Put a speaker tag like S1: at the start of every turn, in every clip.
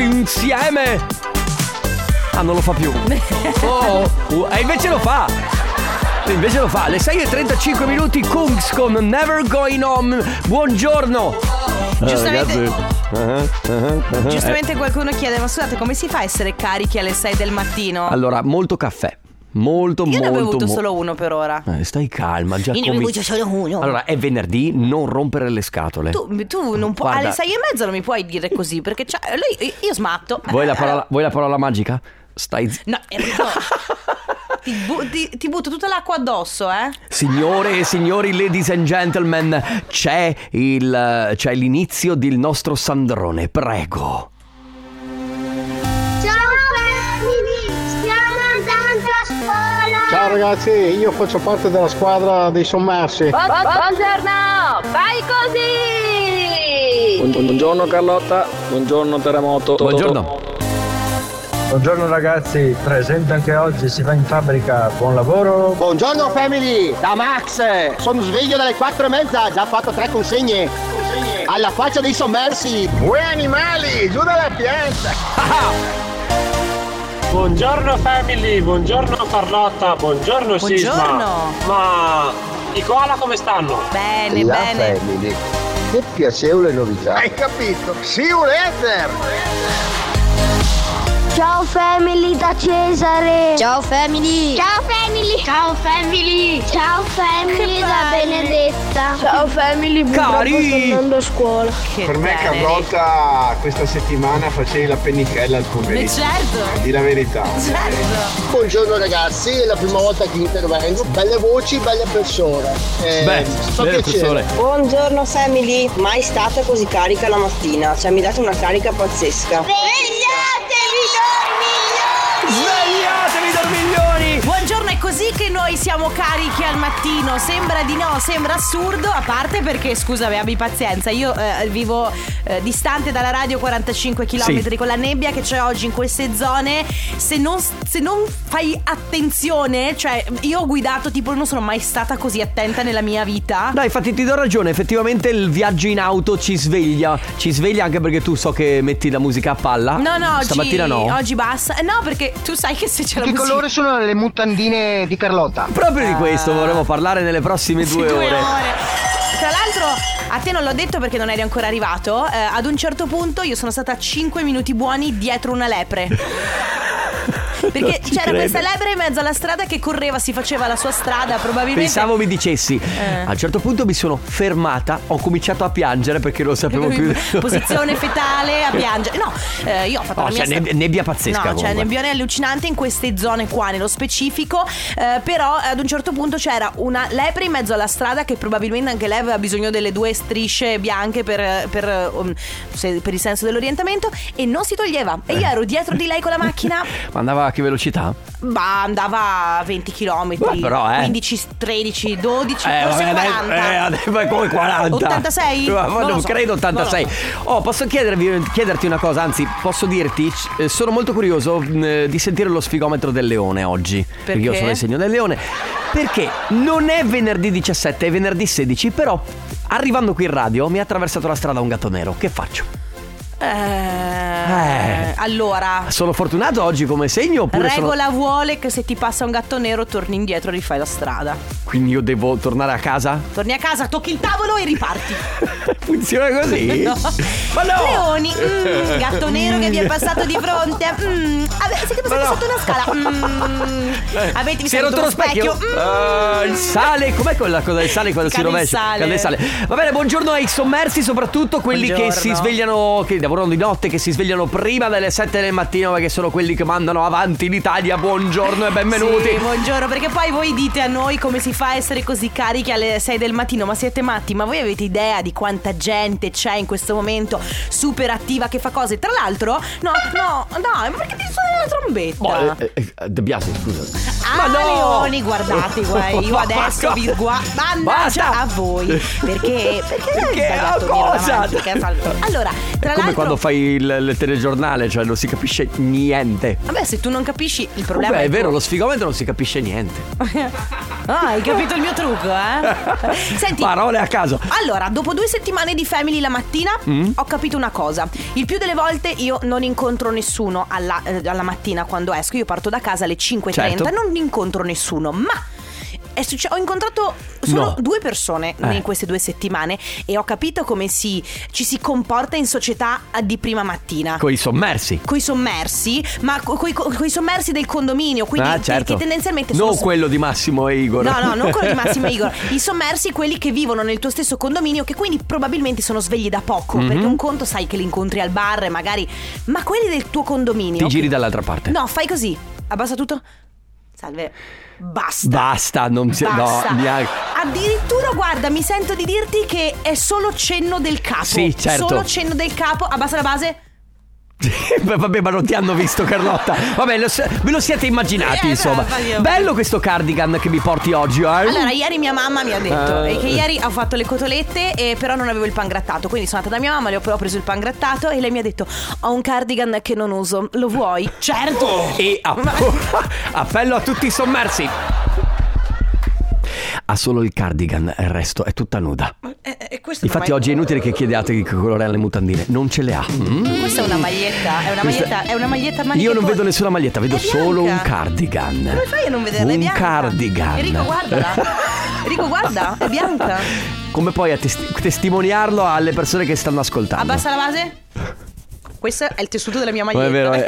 S1: insieme. Ah, non lo fa più. Oh, oh, e invece lo fa. Invece lo fa. Alle 6.35 minuti, Kungs con Never Going Home. Buongiorno.
S2: Giustamente-
S1: ragazzi. Ah, ah, ah.
S2: Giustamente qualcuno chiede, ma scusate, come si fa a essere carichi alle 6 del mattino?
S1: Allora, molto caffè. Molto,
S2: Io ne ho
S1: molto,
S2: bevuto
S1: mo-
S2: solo uno per ora.
S1: Eh, stai calma, già comi-
S2: solo uno.
S1: Allora, è venerdì, non rompere le scatole.
S2: Tu, tu non puoi.
S1: Guarda.
S2: Alle sei e mezza non mi puoi dire così, perché c'è- lei- io smatto.
S1: Vuoi la parola, vuoi la parola magica? Stai zitto.
S2: No, Enrico. ti, bu- ti- ti butto tutta l'acqua addosso, eh.
S1: Signore e signori, ladies and gentlemen, c'è, il, c'è l'inizio del nostro Sandrone, prego.
S3: Ciao bambini, stiamo andando a scuola!
S4: Ciao ragazzi, io faccio parte della squadra dei sommersi.
S3: buongiorno, vai così!
S5: Buongiorno Carlotta, buongiorno Terremoto.
S1: Buongiorno.
S6: Buongiorno ragazzi, presente anche oggi, si va in fabbrica, buon lavoro.
S4: Buongiorno family, da Max. Sono sveglio dalle 4 e mezza, già fatto tre consegne. Alla faccia dei sommersi. Voi animali, giù dalla pianta.
S7: Buongiorno family, buongiorno Carlotta, buongiorno,
S2: Buongiorno.
S7: Sisma. Ma i koala come stanno?
S2: Bene,
S1: eh.
S2: bene.
S4: family. Che piacevole novità. Hai capito? Sì, un ether.
S3: Ciao family da Cesare! Ciao family! Ciao family! Ciao family! Ciao family da Benedetta! Ciao family,
S1: Cari!
S3: a scuola!
S2: Che
S4: Per me
S2: teneri.
S4: Carlotta questa settimana facevi la pennichella al
S2: Eh,
S4: pomeriggio.
S2: Certo,
S4: Di la verità.
S2: certo.
S4: Buongiorno ragazzi, è la prima volta che intervengo. Belle voci, belle persone. Eh,
S1: Beh, bene, professore.
S8: Buongiorno family, mai stata così carica la mattina, cioè mi date una carica pazzesca.
S3: Svegliatevi dormiglioni!
S1: Svegliatevi dormiglioni!
S2: Buongiorno, è così che noi siamo carichi al mattino. Sembra di no, sembra assurdo, a parte perché, scusami, abbi pazienza. Io eh, vivo eh, distante dalla radio 45 km con la nebbia che c'è oggi in queste zone. Se non, se non fai attenzione, cioè, io ho guidato, tipo, non sono mai stata così attenta nella mia vita.
S1: Dai, infatti ti do ragione, effettivamente il viaggio in auto ci sveglia, ci sveglia anche perché tu so che metti la musica a palla.
S2: No, no, oggi,
S1: Stamattina no.
S2: oggi basta. Eh, No, perché tu sai che se c'è la
S4: Che
S2: musica
S4: colore sono le mutandine di Carlotta?
S1: Ah, Proprio di questo vorremmo parlare nelle prossime
S2: Ah. Sì,
S1: due, ore.
S2: Tra l'altro, a te non l'ho detto perché non eri ancora arrivato. eh, ad un certo punto io sono stata 5 minuti buoni dietro una lepre. Perché
S1: Non ci
S2: c'era
S1: credo.
S2: questa lepre in mezzo alla strada che correva, si faceva la sua strada, probabilmente.
S1: Pensavo mi dicessi,
S2: Eh.
S1: a un certo punto mi sono fermata, ho cominciato a piangere perché non sapevo più.
S2: Posizione fetale a piangere. No, eh, io ho fatto
S1: No,
S2: la mia
S1: c'è
S2: sta-
S1: neb- nebbia pazzesca
S2: No, cioè, c'è
S1: comunque.
S2: nebbione allucinante in queste zone qua, nello specifico. eh, però ad un certo punto c'era una lepre in mezzo alla strada che probabilmente anche lei aveva bisogno delle due strisce bianche per, per, um, se- per il senso dell'orientamento e non si toglieva. E io
S1: Eh.
S2: ero dietro di lei con la macchina,
S1: Ma andava a che velocità?
S2: ma andava a 20 km,
S1: Beh, però, eh.
S2: 15, 13, 12, forse
S1: vabbè,
S2: 40.
S1: eh, adesso è come 40.
S2: 86?
S1: Ma
S2: Non
S1: non
S2: lo so.
S1: credo 86.
S2: Non
S1: Oh, posso chiedervi- chiederti una cosa, anzi, posso dirti, c- eh, sono molto curioso mh, eh, di sentire lo sfigometro del leone oggi.
S2: Perché?
S1: io sono il segno del leone. Perché non è venerdì 17, è venerdì 16, però arrivando qui in radio mi ha attraversato la strada un gatto nero. Che faccio?
S2: Eh,
S1: Eh.
S2: Allora,
S1: Sono fortunato oggi come segno oppure sono-
S2: Regola vuole che se ti passa un gatto nero torni indietro e rifai la strada.
S1: Quindi io devo tornare a casa?
S2: Torni a casa, tocchi il tavolo e riparti.
S1: Funziona così?
S2: No.
S1: Ma no!
S2: Leoni, mm, gatto nero che vi è passato di fronte. Mm, ave- siete passati
S1: Ma no. Eh,
S2: sotto una scala. Mm, avete
S1: si è rotto lo specchio.
S2: Mm.
S1: Ah, il sale, com'è quella cosa del sale quando
S2: Cade
S1: si
S2: il
S1: rovescia?
S2: sale.
S1: Cade il sale. Va bene, buongiorno ai sommersi, soprattutto quelli
S2: Buongiorno.
S1: che si svegliano, che lavorano di notte, che si svegliano prima delle 7 del mattino, perché sono quelli che mandano avanti l'Italia. Buongiorno e benvenuti.
S2: Benvenuti. buongiorno, perché poi voi dite a noi come si fa a essere così carichi alle 6 del mattino, ma siete matti, ma voi avete idea di quanta gente c'è in questo momento super attiva che fa cose? Tra l'altro, no, no, dai, ma perché ti suona la trombetta?
S1: Oh, eh, eh, eh, De Biasi, scusa. Ma
S2: Ah,
S1: no!
S2: leoni, guardate, guai, io
S1: Ma
S2: adesso vi
S1: cosa?
S2: guardo. Mannaggia
S1: Basta!
S2: a voi. Perché? Perché?
S1: Perché?
S2: hai sbagliato
S1: Ah,
S2: nero
S1: cosa?
S2: davanti, che salvo. Allora, tra
S1: È come
S2: l'altro.
S1: quando fai il, il telegiornale, cioè non si capisce niente.
S2: Vabbè, se tu non capisci il problema.
S1: Beh, è
S2: tuo.
S1: vero, lo sfigometro non si capisce niente.
S2: Ah, hai capito il mio trucco, eh? Senti.
S1: Parole a caso.
S2: Allora, dopo due settimane di Family la mattina,
S1: Mm?
S2: ho capito una cosa. Il più delle volte io non incontro nessuno alla, eh, alla mattina quando esco. Io parto da casa alle 5.30,
S1: Certo.
S2: non incontro nessuno, ma. è succe- ho incontrato solo
S1: No.
S2: due persone
S1: Eh.
S2: in queste due settimane e ho capito come si, ci si comporta in società eh, di prima mattina
S1: Coi sommersi.
S2: coi sommersi, ma co- coi, co- coi sommersi del condominio, quindi
S1: ah,
S2: che-
S1: certo.
S2: che tendenzialmente sono
S1: Non quello di Massimo e Igor.
S2: No, no, non quello di Massimo e Igor. I sommersi, quelli che vivono nel tuo stesso condominio, che quindi probabilmente sono svegli da poco.
S1: Mhm.
S2: Perché un conto sai che li incontri al bar, e magari. Ma quelli del tuo condominio.
S1: Ti giri dall'altra parte.
S2: No, fai così. Abbassa tutto. Salve. Basta.
S1: Basta, non si.
S2: Basta.
S1: No, neanche.
S2: Addirittura, guarda, mi sento di dirti che è solo cenno del capo.
S1: Sì, certo.
S2: Solo cenno del capo. Abbassa la base.
S1: Beh, Vabbè, ma non ti hanno visto, Carlotta. Vabbè, lo, s- ve lo siete immaginati,
S2: Eh,
S1: insomma.
S2: brava, io-
S1: Bello questo cardigan che mi porti oggi, eh?
S2: Allora, ieri mia mamma mi ha detto
S1: Eh.
S2: eh, che ieri ho fatto le cotolette, eh, però non avevo il pangrattato. Quindi sono andata da mia mamma, le ho, ho preso il pangrattato e lei mi ha detto: Ho un cardigan che non uso, lo vuoi? Certo!
S1: E app- appello a tutti i sommersi. Ha solo il cardigan, il resto è tutta nuda.
S2: Eh, eh, questa è una
S1: Infatti,
S2: ma-
S1: oggi è inutile che chiediate che colore ha le mutandine. Non ce le ha. Mm?
S2: Questa è una maglietta, è una
S1: Questa-
S2: maglietta, è una maglietta a maniche
S1: Io non
S2: corte.
S1: vedo nessuna maglietta, vedo
S2: È bianca.
S1: solo un cardigan.
S2: Come fai a non vederla? È
S1: Un
S2: bianca.
S1: cardigan.
S2: Enrico, guardala. Enrico, guarda, è bianca.
S1: Come puoi attesti- testimoniarlo alle persone che stanno ascoltando?
S2: Abbassa la base. Questo è il tessuto della mia
S1: Non
S2: maglietta.
S1: è vero, eh.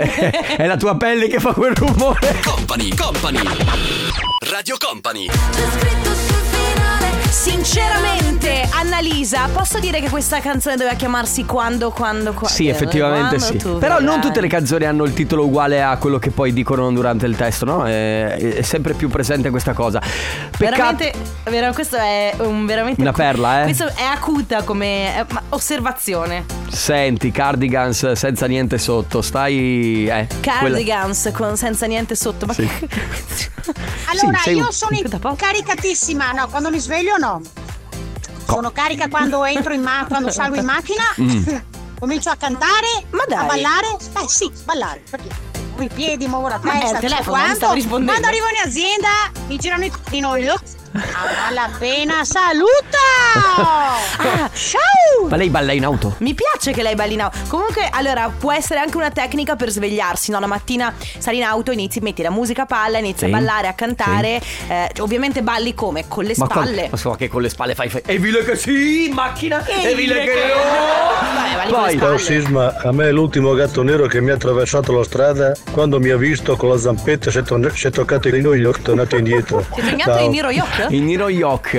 S1: è, è la tua pelle che fa quel rumore.
S9: Company, company. Radio Company.
S2: Sinceramente, Annalisa, posso dire che questa canzone doveva chiamarsi Quando, Quando, Quando?
S1: Sì, effettivamente
S2: Quando
S1: sì.
S2: tu
S1: Però
S2: verrai.
S1: non tutte le canzoni hanno il titolo uguale a quello che poi dicono durante il testo, no? È, è sempre più presente questa cosa. Peccato.
S2: Veramente, vero, questo è un veramente.
S1: Una perla, eh?
S2: Questo è acuta come eh, ma- osservazione.
S1: Senti, cardigans senza niente sotto, stai. Eh, quella-
S2: Cardigans con senza niente sotto. Ma
S1: Sì.
S10: Allora,
S1: Sì, sei un-
S10: io sono in-
S2: Da poco.
S10: caricatissima, no, quando mi sveglio no. Sono carica quando entro in macchina, quando salgo in macchina, comincio a cantare,
S2: Ma dai.
S10: a ballare. Beh sì, ballare, perché con i piedi, muovo la
S2: Ma è il
S10: testa,
S2: Eh, telefono,
S10: tutto
S2: non
S10: quanto.
S2: stavo rispondendo.
S10: Quando arrivo in azienda, mi girano i c***i noi. lo- Ah, Appena saluta!
S2: Ah,
S10: Ciao!
S1: Ma lei balla in auto?
S2: Mi piace che lei balli in auto. Comunque, allora, può essere anche una tecnica per svegliarsi, no? La mattina sali in auto, inizi, metti la musica a palla, inizi
S1: Sì.
S2: a ballare, a cantare. Eh, ovviamente balli come? Con le
S1: Ma, con-
S2: spalle.
S1: ma so che con le spalle fai. fai- E vile che sì, in macchina! E, vile che.
S2: Vabbè, balli con le
S1: Poi.
S2: spalle.
S6: Ciao Oh, Sisma, a me l'ultimo gatto nero che mi ha attraversato la strada, quando mi ha visto con la zampetta, si è, torn- si è toccato il nino e gli ho tornato indietro.
S2: Ti è tornato
S6: Ciao.
S2: in Niro Yok?
S1: Il Niro Yok.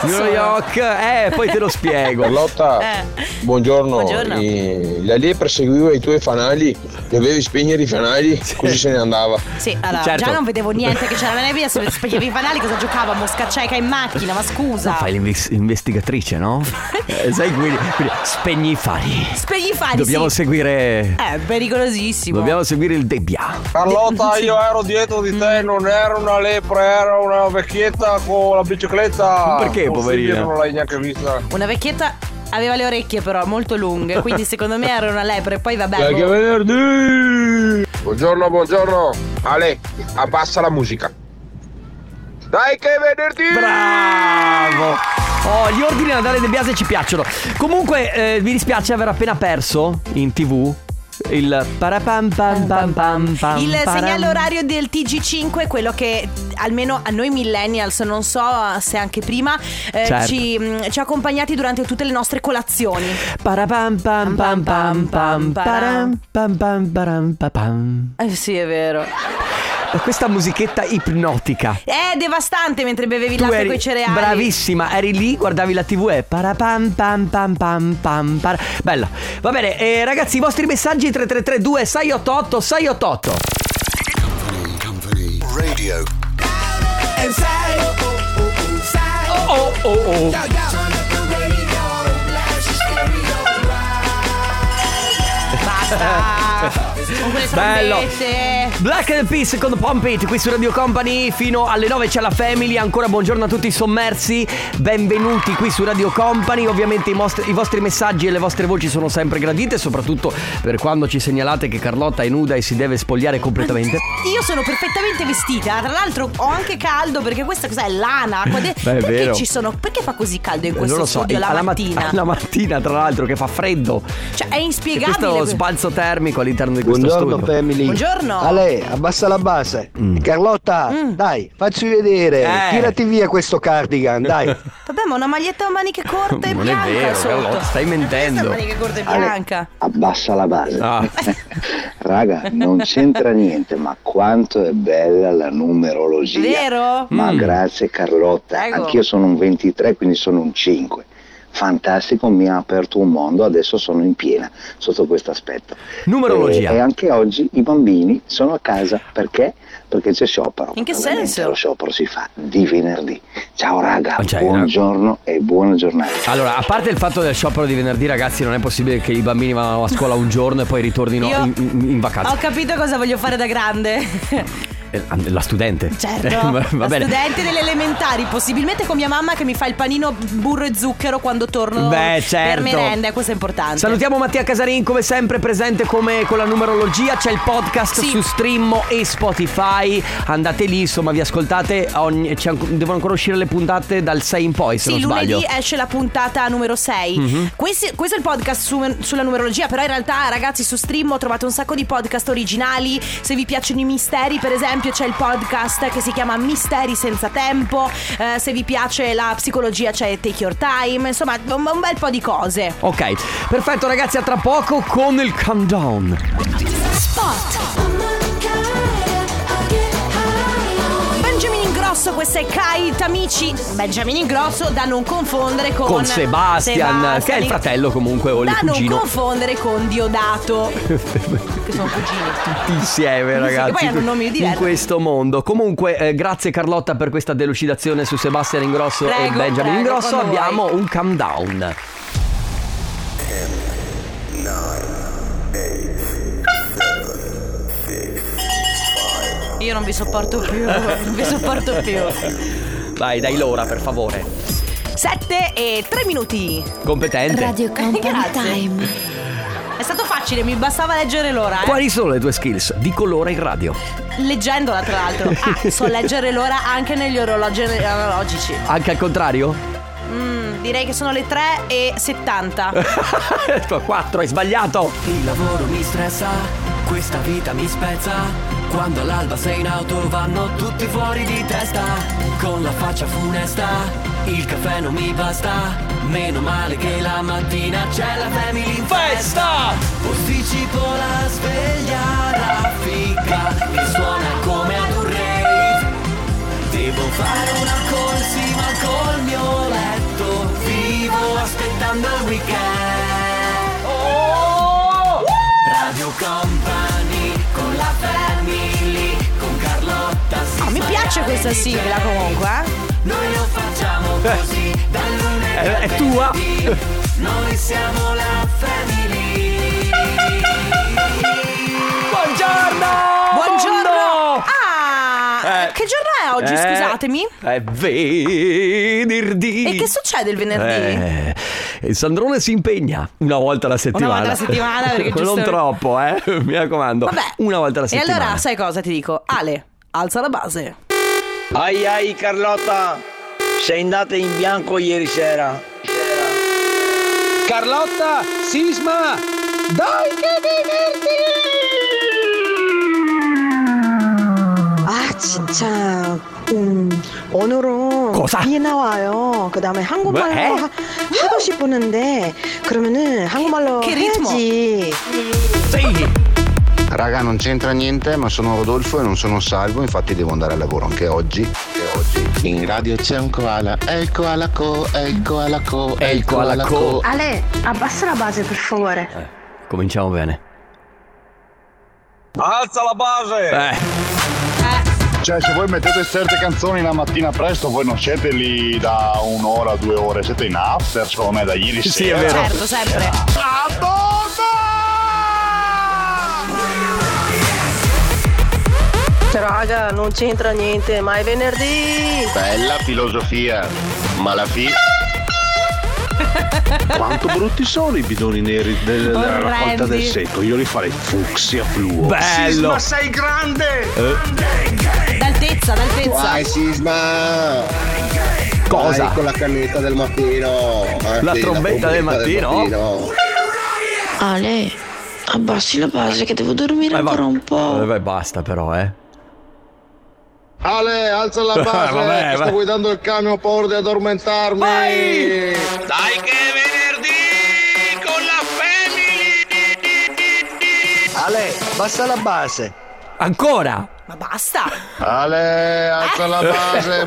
S1: Niro
S2: sono?
S1: Yok, eh, poi te lo spiego.
S5: Carlotta,
S2: Eh.
S5: buongiorno.
S2: Buongiorno.
S5: Eh, la lì perseguiva i tuoi fanali, dovevi spegnere i fanali, così se ne andava.
S2: Sì, allora
S1: Certo.
S2: già non vedevo niente che c'era la nebbia, se spegnevi i fanali cosa giocavamo? Scacciaica in macchina, ma scusa.
S1: Fai l'investigatrice, no? Eh, sai, quindi, quindi spegni i fari.
S2: Spegni i fanali,
S1: Dobbiamo
S2: sì.
S1: seguire.
S2: Eh, pericolosissimo.
S1: Dobbiamo seguire il Debbia.
S5: Carlotta, io ero dietro di
S2: Mm.
S5: te, non era una lepre, era una vecchietta con la bicicletta.
S1: Ma perché,
S5: Possibile,
S1: poverina?
S5: Non l'hai neanche vista.
S2: Una vecchietta aveva le orecchie però molto lunghe, quindi secondo me era una lepre, poi vabbè. boh.
S5: venerdì! Buongiorno, buongiorno. Ale, abbassa la musica. Dai che è venerdì!
S1: Bravo! Oh, gli ordini da dare De Biase ci piacciono. Comunque, eh, vi dispiace aver appena perso in tv il parapam pam pam pam pam.
S2: Il
S1: param.
S2: segnale orario del TG5 è quello che almeno a noi millennials, non so se anche prima, eh,
S1: Certo.
S2: ci, mh, ci ha accompagnati durante tutte le nostre colazioni.
S1: Parapam pam pam pam pam param pam pam param pa pam.
S2: Eh sì, è vero.
S1: Eh, Questa musichetta ipnotica.
S2: È devastante mentre bevevi il latte con i cereali.
S1: bravissima, eri lì, guardavi la TV e parapam pam pam pam pam para- Bella. Va bene, eh, ragazzi, i vostri messaggi 3332 688 688.
S9: Radio.
S1: Oh oh oh.
S2: Basta. Con quelle
S1: Bello.
S2: trombette.
S1: Black and Peace con Pump It qui su Radio Company fino alle 9 c'è la Family, ancora buongiorno a tutti i sommersi, benvenuti qui su Radio Company, ovviamente i, mostri- i vostri messaggi e le vostre voci sono sempre gradite, soprattutto per quando ci segnalate che Carlotta è nuda e si deve spogliare completamente.
S2: Io sono perfettamente vestita, tra l'altro ho anche caldo perché questa cos'è? Lana, qua de-
S1: Beh, è
S2: perché
S1: vero.
S2: ci sono? Perché fa così caldo in
S1: Eh,
S2: questo
S1: non lo so,
S2: studio
S1: eh,
S2: la
S1: alla mat-
S2: mattina?
S1: alla mattina tra l'altro che fa freddo.
S2: Cioè è
S1: E
S2: inspiegabile.
S1: questo
S2: que-
S1: sbalzo termico all'interno di questo
S11: Buongiorno
S1: studio.
S11: family.
S2: Buongiorno. Mm.
S11: Ale, abbassa la base.
S1: Mm.
S11: Carlotta, dai, facci vedere.
S2: Eh.
S11: Tirati via questo cardigan, dai.
S2: Vabbè, ma una maglietta a maniche corte e
S11: Non è
S2: bianca
S11: vero,
S2: sotto.
S11: Carlotta,
S1: stai
S2: Questa a
S1: mentendo.
S2: maniche corte e
S12: Ale.
S2: bianca.
S12: Abbassa la base.
S13: Ah.
S1: Ah.
S12: Raga, non c'entra niente, ma quanto è bella la numerologia.
S2: Vero?
S12: Ma
S2: Mm.
S12: grazie Carlotta,
S2: Prego.
S12: anch'io sono un 23, quindi sono un 5. Fantastico, mi ha aperto un mondo, adesso sono in piena sotto questo aspetto.
S1: Numerologia.
S12: E, e anche oggi i bambini sono a casa perché? Perché c'è sciopero.
S2: In che
S12: Ovviamente
S2: senso?
S12: Lo sciopero si fa di venerdì. Ciao raga, buongiorno e buona giornata.
S1: Allora, a parte il fatto del sciopero di venerdì, ragazzi, non è possibile che i bambini vadano a scuola un giorno e poi ritornino
S2: Io-
S1: in, in- in
S2: Ho
S1: vacanza.
S2: capito cosa voglio fare da grande.
S1: Eh, La studente.
S2: Certo,
S1: Eh, va- va
S2: da
S1: bene.
S2: studente delle elementari, possibilmente con mia mamma che mi fa il panino burro e zucchero quando torno
S1: Beh, certo.
S2: per merenda, questo è importante.
S1: Salutiamo Mattia Casarin come sempre presente come con la numerologia, c'è il podcast su Streammo e Spotify, andate lì, insomma vi ascoltate, ogni- c'è anco- devono ancora uscire le puntate dal 6 in poi se
S2: Sì,
S1: non
S2: lunedì
S1: sbaglio.
S2: esce la puntata numero 6.
S1: Mhm.
S2: Questi- questo è il podcast su- sulla numerologia, però in realtà ragazzi su Stream ho trovato un sacco di podcast originali, se vi piacciono i misteri per esempio c'è il podcast che si chiama Misteri senza tempo, eh, se vi piace la psicologia c'è Take Your Time, insomma un, un bel po' di cose.
S1: Ok, perfetto ragazzi, a tra poco con il countdown.
S2: Benjamin Ingrosso, questo è Kai Tamici. Benjamin Ingrosso da non confondere con,
S1: Con Sebastian, che è il fratello comunque o il
S2: Da non
S1: cugino.
S2: confondere con Diodato. Che sono cugini.
S1: Tutti insieme ragazzi
S2: Che poi hanno nomi
S1: in
S2: diversi.
S1: questo mondo comunque eh, grazie Carlotta per questa delucidazione su Sebastian Ingrosso e
S2: Prego,
S1: Benjamin
S2: prego,
S1: Ingrosso
S2: quando
S1: abbiamo un countdown
S2: Io non vi sopporto più. Non vi sopporto più.
S1: vai dai l'ora per favore
S2: 7 e 3 minuti.
S1: competente
S2: Grazie. È stato facile, mi bastava leggere l'ora. eh.
S1: quali sono le tue skills di colore in radio
S2: Leggendola, tra l'altro. Ah, so leggere l'ora anche negli orologi analogici.
S1: anche al contrario
S2: Mm, direi che sono le 3 e Ah, 70.
S1: 4 Ecco, hai sbagliato
S14: Il lavoro mi stressa, questa vita mi spezza. Quando all'alba sei in auto vanno tutti fuori di testa. Con la faccia funesta, il caffè non mi basta. Meno male che la mattina c'è la family in festa. Posticipo la sveglia raffica che suona come ad un rave. Devo fare una colsima col mio letto. Vivo aspettando il weekend.
S1: Oh!
S14: Radio Company con la family, con Carlotta si
S2: Oh, mi piace questa sigla comunque. eh.
S14: Noi lo facciamo così, dal lunedì
S2: Eh,
S14: al
S2: è tua.
S14: venerdì. Noi siamo la family.
S1: Buongiorno!
S2: Buongiorno! Ah!
S1: Oh, Eh.
S2: Che giorno è oggi,
S1: Eh,
S2: scusatemi?
S1: è venerdì
S2: E che succede il venerdì?
S1: Eh, il Sandrone si impegna una volta alla settimana.
S2: alla settimana, perché
S1: non
S2: giusto-
S1: troppo, eh. Mi raccomando. Una volta alla
S2: E
S1: settimana.
S2: allora, sai cosa ti dico? Ale, alza la base.
S15: Ai ai Carlotta, sei andata in bianco ieri sera.
S16: Carlotta, Sisma, dai che
S8: 아 진짜 음, 오늘은
S1: 거사.
S8: 비 나와요. 그다음에 한국말로
S1: 뭐, 에?
S8: 하, 하고 싶었는데 그러면은 한국말로
S2: 그 리트모.
S8: 해야지.
S13: Raga, non c'entra niente, ma sono Rodolfo e non sono salvo, infatti devo andare al lavoro anche oggi. Anche oggi. In radio c'è un koala, è il koala co, è il koala co, è il koala co.
S17: Ale, abbassa la base per favore.
S1: Cominciamo bene.
S13: Alza la base!
S1: Eh,
S13: Cioè, se voi mettete certe canzoni la mattina presto, voi non siete lì da un'ora, due ore, siete in after, secondo me, da ieri
S1: Sì,
S13: sera.
S1: è vero.
S2: Certo, sempre.
S13: Madonna!
S8: raga, non c'entra niente, ma è venerdì!
S13: Bella filosofia, ma la fi... Quanto brutti sono i bidoni neri del- della raccolta
S2: Orrendi.
S13: del secco? Io li farei fucsia fluo.
S1: Bello. Eh,
S13: Sisma,
S4: sei grande!
S13: eh,
S2: D'altezza, d'altezza.
S4: Vai Sisma!
S1: Cosa?
S4: Vai con la cannetta del mattino!
S1: La trombetta del mattino?
S18: Ale, abbassi la base che devo dormire ancora un po'.
S1: Eh, beh, basta però, eh.
S19: Ale, alza la base,
S1: Vabbè,
S19: che
S1: va-
S19: sto guidando il camion, ho paura di addormentarmi.
S15: Dai che è venerdì con la
S11: Ale, basta la base.
S1: Ancora?
S2: Ma basta!
S19: Ale, alza la base.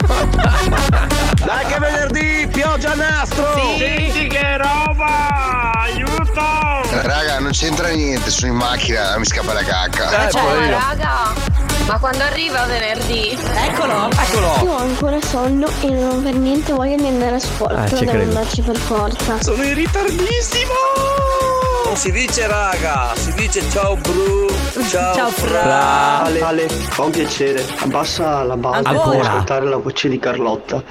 S15: Dai che è venerdì, pioggia a nastro! Eh, Senti che roba! Aiuto!
S13: Raga, non c'entra niente, sono in macchina, mi scappa la cacca.
S1: Eh,
S2: Cioè,
S20: raga, ma quando arriva venerdì?
S2: Eccolo,
S3: Io ho ancora sonno e non ho per niente voglia di andare a scuola.
S15: Ah,
S3: Però
S15: ci
S3: devo
S15: credo.
S3: andarci per forza.
S15: Sono in ritardissimo! Non si dice raga, si dice ciao bru, ciao,
S3: Ciao,
S15: fra.
S21: Ale, Ale, fa un piacere. Abbassa la base
S15: Ancora?
S21: per ascoltare la voce di Carlotta,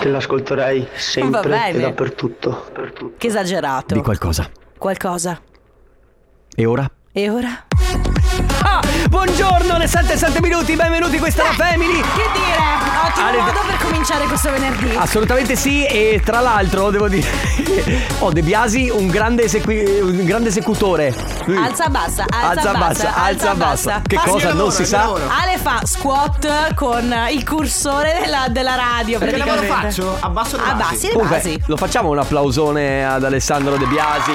S21: che l'ascolterei
S2: Va
S21: sempre
S2: bene.
S21: e dappertutto.
S2: Che esagerato.
S1: Di qualcosa.
S2: Qualcosa.
S1: E ora?
S2: E ora?
S1: Ah, buongiorno, le 7 e 7 minuti, benvenuti, questa è la Family.
S2: Che dire? Ottimo
S1: Ale-
S2: modo per cominciare questo
S1: Ah,
S2: venerdì.
S1: Assolutamente sì, e tra l'altro devo dire che ho De Biasi un grande, esequi- un grande esecutore. Lui-
S2: Alza bassa, alza,
S1: Alza, bassa,
S2: bassa,
S1: alza, bassa. Che
S2: Ah,
S1: cosa?
S2: sì,
S1: Non
S2: lavoro,
S1: si sa?
S2: lavoro. Ale fa squat con il cursore della, della radio.
S1: Perché lavoro
S2: praticamente.
S1: faccio?
S2: Abbasso le basi.
S1: Comunque, lo facciamo un applausone ad Alessandro De Biasi.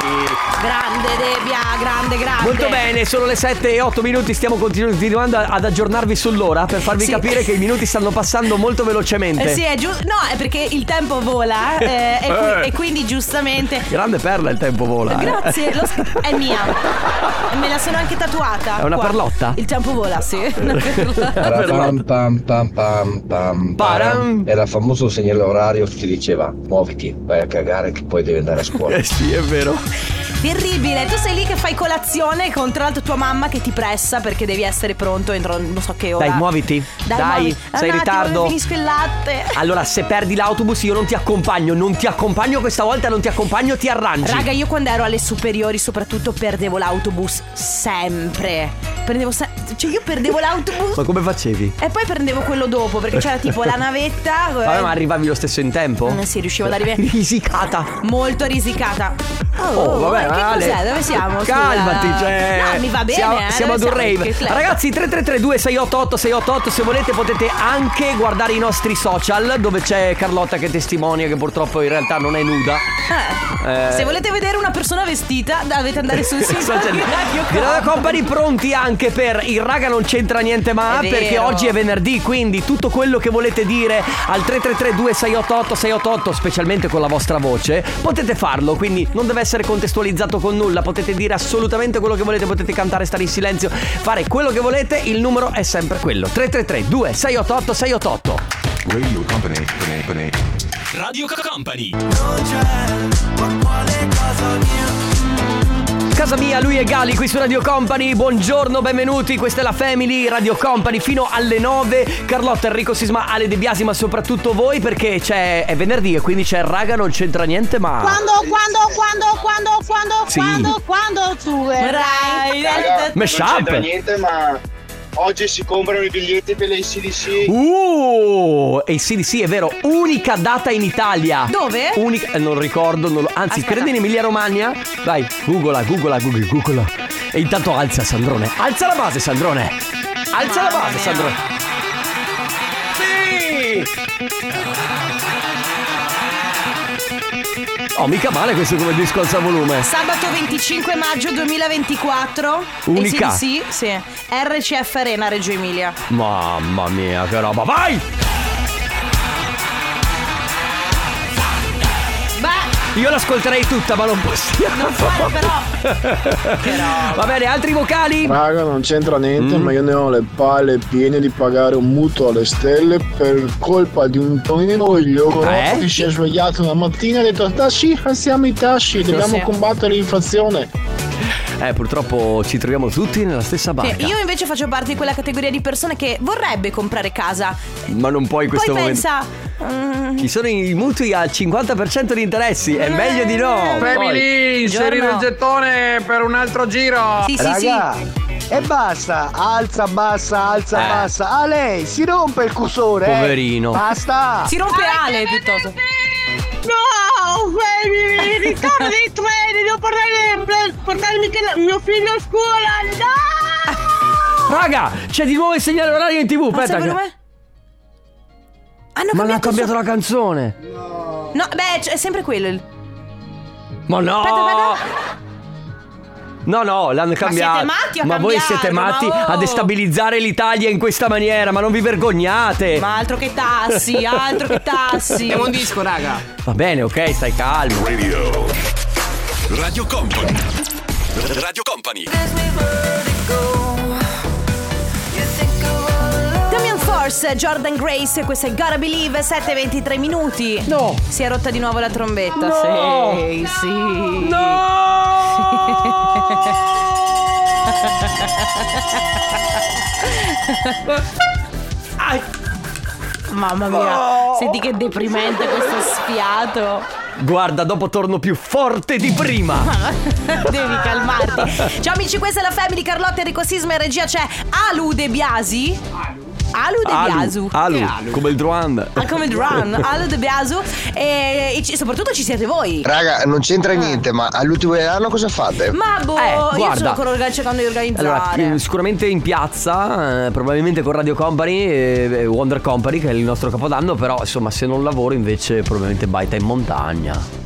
S2: Grande Debia, grande, grande.
S1: Molto bene, sono le 7 e 8 minuti, stiamo continu- continuando a- ad aggiornarvi sull'ora per farvi
S2: Sì.
S1: capire che i minuti stanno passando molto velocemente.
S2: Eh sì, è giusto. No, è perché il tempo vola eh, e, qui-
S1: Eh.
S2: e quindi giustamente.
S1: Grande perla il tempo vola. eh.
S2: Grazie, lo s- è mia. Me la sono anche tatuata.
S1: È una
S2: qua.
S1: perlotta?
S2: Il tempo vola, sì. Una perlotta.
S22: Pam, pam, pam, pam, pam,
S1: Param.
S2: Mm.
S22: pam. Era il famoso segnale orario che ti diceva muoviti, vai a cagare che poi devi andare a scuola.
S1: Eh sì, è vero.
S2: Terribile, tu sei lì che fai colazione con tra l'altro tua mamma che ti pressa perché devi essere pronto entro non so che ora.
S1: Dai, muoviti. Dai,
S2: muovi.
S1: sei in
S2: Un attimo,
S1: ritardo.
S2: Finisco il latte.
S1: Allora, se perdi l'autobus, io non ti accompagno. Non ti accompagno questa volta, non ti accompagno, ti arrangi.
S2: Raga, io quando ero alle superiori soprattutto perdevo l'autobus sempre. Prendevo se- cioè io perdevo l'autobus
S1: Ma come facevi?
S2: e poi prendevo quello dopo perché c'era tipo la navetta. eh,
S1: Vabbè, ma arrivavi lo stesso in tempo?
S2: Eh sì, riuscivo ad arrivare.
S1: Risicata.
S2: Molto risicata. Oh,
S1: Oh, vabbè,
S2: che
S1: Ale.
S2: cos'è? Dove siamo? Scusa.
S1: Calmati, cioè.
S2: No, mi va bene.
S1: Siamo,
S2: eh,
S1: siamo ad
S2: dove
S1: un rave.
S2: Che flag.
S1: Ragazzi, 3332 688 688 se volete potete anche guardare i nostri social dove c'è Carlotta che testimonia che purtroppo in realtà non è nuda. Eh,
S2: Se volete vedere una persona vestita, dovete andare sul sito
S1: Social-
S2: di Radio
S1: Di Radio
S2: Company.
S1: Company pronti anche per il raga non c'entra niente ma
S2: È
S1: perché
S2: vero.
S1: oggi è venerdì quindi tutto quello che volete dire al 333 2688 688 specialmente con la vostra voce potete farlo quindi non deve essere contestualizzato con nulla potete dire assolutamente quello che volete potete cantare stare in silenzio fare quello che volete il numero è sempre quello 333 2688 688
S23: Radio Company, Company, Company.
S9: Radio Company.
S1: Casa mia, lui è Gali qui su Radio Company. Buongiorno, benvenuti. Questa è la Family Radio Company fino alle 9. Carlotta, Enrico Sisma, Ale De Biasi, ma soprattutto voi perché c'è è venerdì e quindi c'è raga non c'entra niente, ma
S10: Quando, quando, quando, quando, quando,
S1: Sì.
S10: quando, quando tu verrai.
S1: Raga, Mesh non c'entra up.
S24: niente, ma oggi si comprano i biglietti per le ACDC.
S1: Uh, e sì, sì, è vero, unica data in Italia.
S24: Dove?
S1: Unica, eh, non ricordo, non lo- anzi, credo in Emilia Romagna. Vai, googola, googola, googola, googola. E intanto alza Sandrone. Alza la base, Sandrone. Alza la base, Sandrone. Sì! Oh, mica male questo come discorso a volume.
S2: Sabato 25 maggio 2024.
S1: Unica.
S2: Sì, sì. RCF Arena Reggio Emilia.
S1: Mamma mia, che roba. Vai!
S2: Beh,
S1: Io l'ascolterei tutta, ma non possiamo. Non fare oh, però. Va bene, altri vocali?
S19: Raga, non c'entra niente,
S1: Mm.
S19: ma io ne ho le palle piene di pagare un mutuo alle stelle per colpa di un tonino iglioco
S1: Eh?
S19: che si è "Ah, svegliato una mattina e ha detto tasci, alziamo i tasci, dobbiamo
S1: sì.
S19: combattere l'inflazione.
S1: Eh, purtroppo ci troviamo tutti nella stessa barca.
S2: Sì, io invece faccio parte di quella categoria di persone che vorrebbe comprare casa.
S1: Ma non puoi in questo
S2: Poi
S1: momento.
S2: pensa. mm,
S1: Ci sono i mutui al 50% di interessi, è meglio di
S2: Eh.
S1: no.
S5: Family, inseri il
S1: Poi-
S5: gettone per un altro giro.
S11: Raga, E basta, alza, bassa, alza,
S1: Eh.
S11: bassa. A lei si rompe il cursore. eh.
S1: Poverino.
S11: Basta.
S2: Si rompe Ale piuttosto.
S6: No, baby, ritorno dei treni, devo portare, pre- portare Michela- mio figlio a scuola, no!
S1: Raga, c'è di nuovo il segnale orario in tv, aspetta.
S2: secondo me-
S1: Ma hanno cambiato la canzone.
S2: Ah, No, beh, c- è sempre quello. il-
S1: Ma no! No, no, l'hanno cambiato.
S2: matti a
S1: Ma voi
S2: cambiarlo,
S1: siete
S2: ma
S1: matti
S2: oh!
S1: a destabilizzare l'Italia in questa maniera, ma non vi vergognate.
S2: Ma altro che tassi, altro che tassi.
S1: È un
S2: disco, raga.
S1: Va bene, ok, stai calmo.
S9: Radio. Radio Company. Radio Company.
S2: Damian Force, Jordan Grace, questa è Gotta Believe, 7:23 minuti. No. Si è rotta di nuovo la trombetta.
S1: No.
S2: Sì, sì. Mamma mia, senti che deprimente questo sfiato.
S1: Guarda, dopo torno più forte di prima.
S2: Devi calmarti. Ciao amici, questa è la Family Carlotta Enrico Sisma in regia c'è Alu De Biasi. Alu De Biasu.
S1: Alu, Alu, come il Druand.
S2: Ah, come il Run, Alu De Biasu. E, e ci- soprattutto ci siete voi.
S13: Raga, non c'entra niente, ma all'ultimo dell'anno cosa fate?
S2: Ma boh,
S1: Eh,
S2: io
S1: guarda.
S2: sono ancora organ- cercando di organizzare.
S1: Allora, eh, sicuramente in piazza, eh, probabilmente con Radio Company e e Wonder Company, che è il nostro capodanno, però insomma se non lavoro invece probabilmente baita in montagna.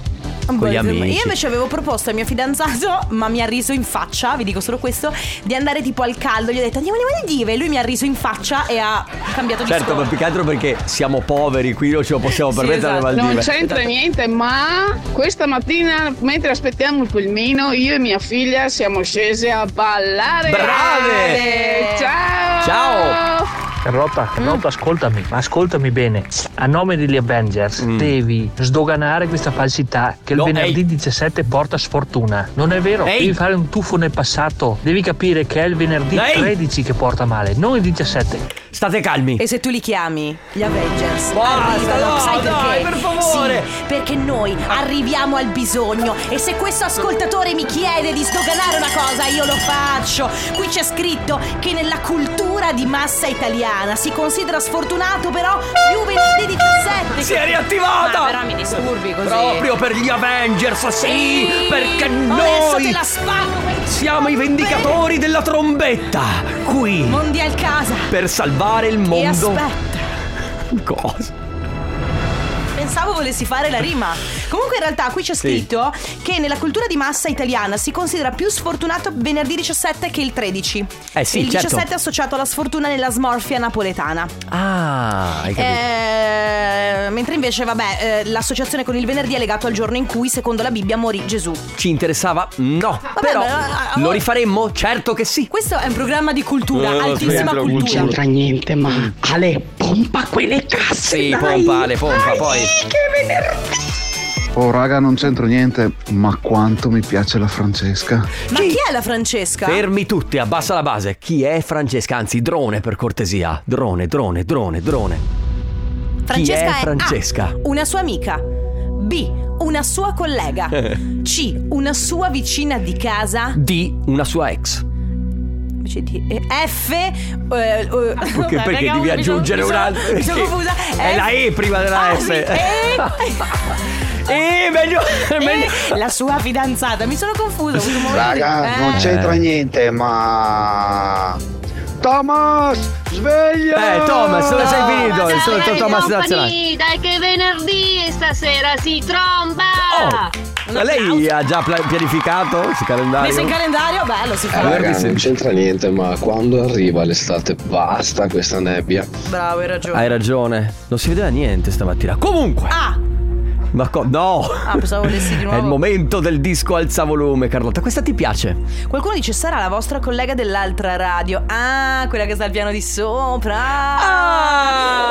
S2: Un
S1: Con
S2: bel
S1: gli
S2: film.
S1: amici.
S2: Boh, Io invece avevo proposto al mio fidanzato, ma mi ha riso in faccia, vi dico solo questo, di andare tipo al caldo. Gli ho detto andiamo, andiamo alle dive. E lui mi ha riso in faccia e ha cambiato di
S1: Certo, ma più che altro perché siamo poveri, qui non ce lo possiamo
S2: Sì,
S1: permettere
S2: esatto.
S1: le
S7: Non
S1: Maldive.
S7: c'entra niente, ma questa mattina, mentre aspettiamo il pulmino, io e mia figlia siamo scese a ballare.
S12: Brave!
S7: Ciao!
S12: Carlotta, Carlotta, ascoltami, ma ascoltami bene. A nome degli Avengers
S1: Mm.
S12: devi sdoganare questa falsità che il venerdì 17 porta sfortuna. Non è vero,
S25: Ehi.
S12: devi fare un tuffo nel passato. Devi capire che è il venerdì
S2: Ehi.
S12: 13 che porta male, non il 17.
S1: State calmi.
S2: E se tu li chiami gli Avengers?
S12: Basta,
S2: arrivano,
S12: no,
S2: sai
S12: dai,
S2: perché?
S12: per favore.
S2: Sì, perché noi arriviamo al bisogno e se questo ascoltatore mi chiede di sdoganare una cosa, io lo faccio. Qui c'è scritto che nella cultura di massa italiana si considera sfortunato però più venerdì 17.
S1: Si è riattivata!
S2: Ma però mi disturbi così.
S1: Proprio per gli Avengers, sì,
S2: Sì.
S1: perché
S2: Adesso te
S1: noi
S2: la spacco quel-
S1: siamo i vendicatori della trombetta, qui
S2: Mondial Casa.
S1: per salvare il
S2: E
S1: mondo.
S2: aspetta.
S1: Cosa?
S2: Pensavo volessi fare la rima. Comunque in realtà qui c'è scritto che nella cultura di massa italiana si considera più sfortunato venerdì 17 che il 13.
S1: Eh sì,
S2: il
S1: certo.
S2: 17 è associato alla sfortuna nella smorfia napoletana.
S1: Ah, hai capito.
S2: Eh, mentre invece, vabbè, eh, l'associazione con il venerdì è legato al giorno in cui, secondo la Bibbia, morì Gesù.
S1: Ci interessava? No, però
S2: ma, ah, ah,
S1: lo
S2: oh.
S1: rifaremmo? Certo che sì.
S2: Questo è un programma di cultura,
S1: Eh,
S2: altissima
S1: c'entra
S2: cultura.
S1: cultura. Non c'entra
S2: niente, ma Ale, pompa quelle casse.
S1: Mm. Sì, pompa, Ale, pompa, poi.
S26: Oh raga, non c'entro niente, ma quanto mi piace la Francesca.
S2: Ma chi è la Francesca?
S1: Fermi tutti, abbassa la base. Chi è Francesca? Anzi, drone per cortesia. Drone, drone, drone, drone.
S2: Francesca
S1: Chi è Francesca?
S2: A, una sua amica. B, una sua collega. C, una sua vicina di casa.
S1: Di una sua ex.
S2: Invece di- eh, F. eh, eh, vabbè,
S1: perché
S2: raga,
S1: devi
S2: mi sono-
S1: aggiungere
S2: mi sono-
S1: un'altra?
S2: Mi sono
S1: Perché
S2: confusa.
S1: è
S2: F-
S1: la E prima della
S2: Ah,
S1: F.
S2: sì, E.
S1: E meglio,
S2: La sua fidanzata, mi sono confusa. ho avuto un momento di-
S11: Raga,
S2: eh.
S11: non c'entra niente, ma. Thomas, sveglia!
S1: Eh, Thomas, dove sei finito?
S11: ma dai,
S1: Sono
S11: dai,
S1: Thomas Nazionale.
S3: Company, dai che è venerdì e stasera si tromba!
S1: Ma Oh, lei ha già pla- pianificato sul calendario?
S2: Messo in calendario, bello,
S11: Eh,
S2: si fa.
S1: Raga,
S13: non c'entra niente, ma quando arriva l'estate basta questa nebbia.
S2: Bravo, hai ragione.
S1: Hai ragione, non si vedeva niente stamattina. Comunque,
S2: Ah,
S1: ma co- no!
S2: ah, pensavo volessi di
S1: È il
S2: nuovo.
S1: momento del disco alza volume, Carlotta. Questa ti piace?
S2: Qualcuno dice sarà la vostra collega dell'altra radio. Ah, quella che sta al piano di sopra.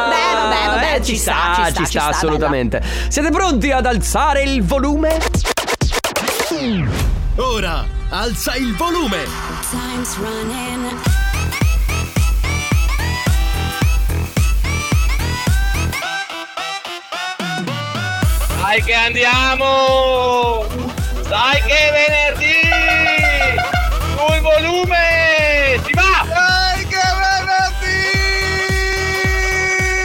S2: Beh, vabbè, vabbè,
S1: Eh,
S2: Ah! ci, sta, ci sta, ci sta,
S1: assolutamente. Siete pronti ad alzare il volume?
S4: Ora alza il volume.
S5: Dai che andiamo! Dai che è venerdì! Sul volume! Si va! Dai che